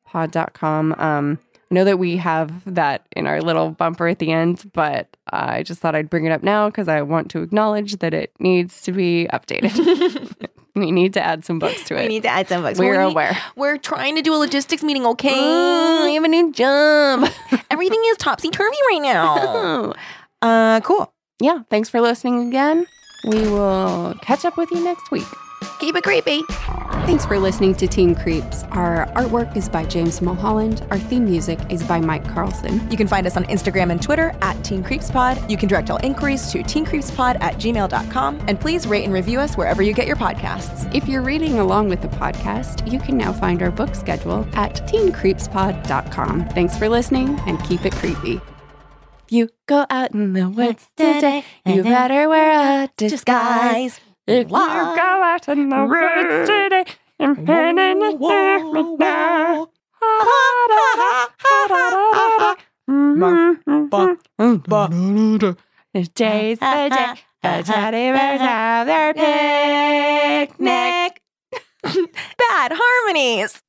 teencreepspod.com. Um, I know that we have that in our little bumper at the end, but I just thought I'd bring it up now because I want to acknowledge that it needs to be [laughs] updated. we need to add some books to
We
it.
need to add some books.
We're
We're,
aware.
we're trying to do a logistics meeting,
Mm, we
okay?
have a new job.
Everything is topsy turvy right [laughs] now. uh, cool.
[laughs] yeah, thanks for listening again. We will catch up with you next week.
Keep it creepy.
Thanks for listening to Teen Creeps. Our artwork is by James Mulholland. Our theme music is by Mike Carlson.
You can find us on Instagram and Twitter at Teen Creeps Pod. You can direct all inquiries to teencreepspod at gmail.com. And please rate and review us wherever you get your podcasts.
If you're reading along with the podcast, you can now find our book schedule at teencreepspod.com. Thanks for listening and keep it creepy.
You go out in the woods
Eh,
today. You better wear a disguise.
Disguise.
If you go
Why?
out in the woods today, you're heading to the Today's the day the teddy bears have their picnic.
[laughs] Bad harmonies.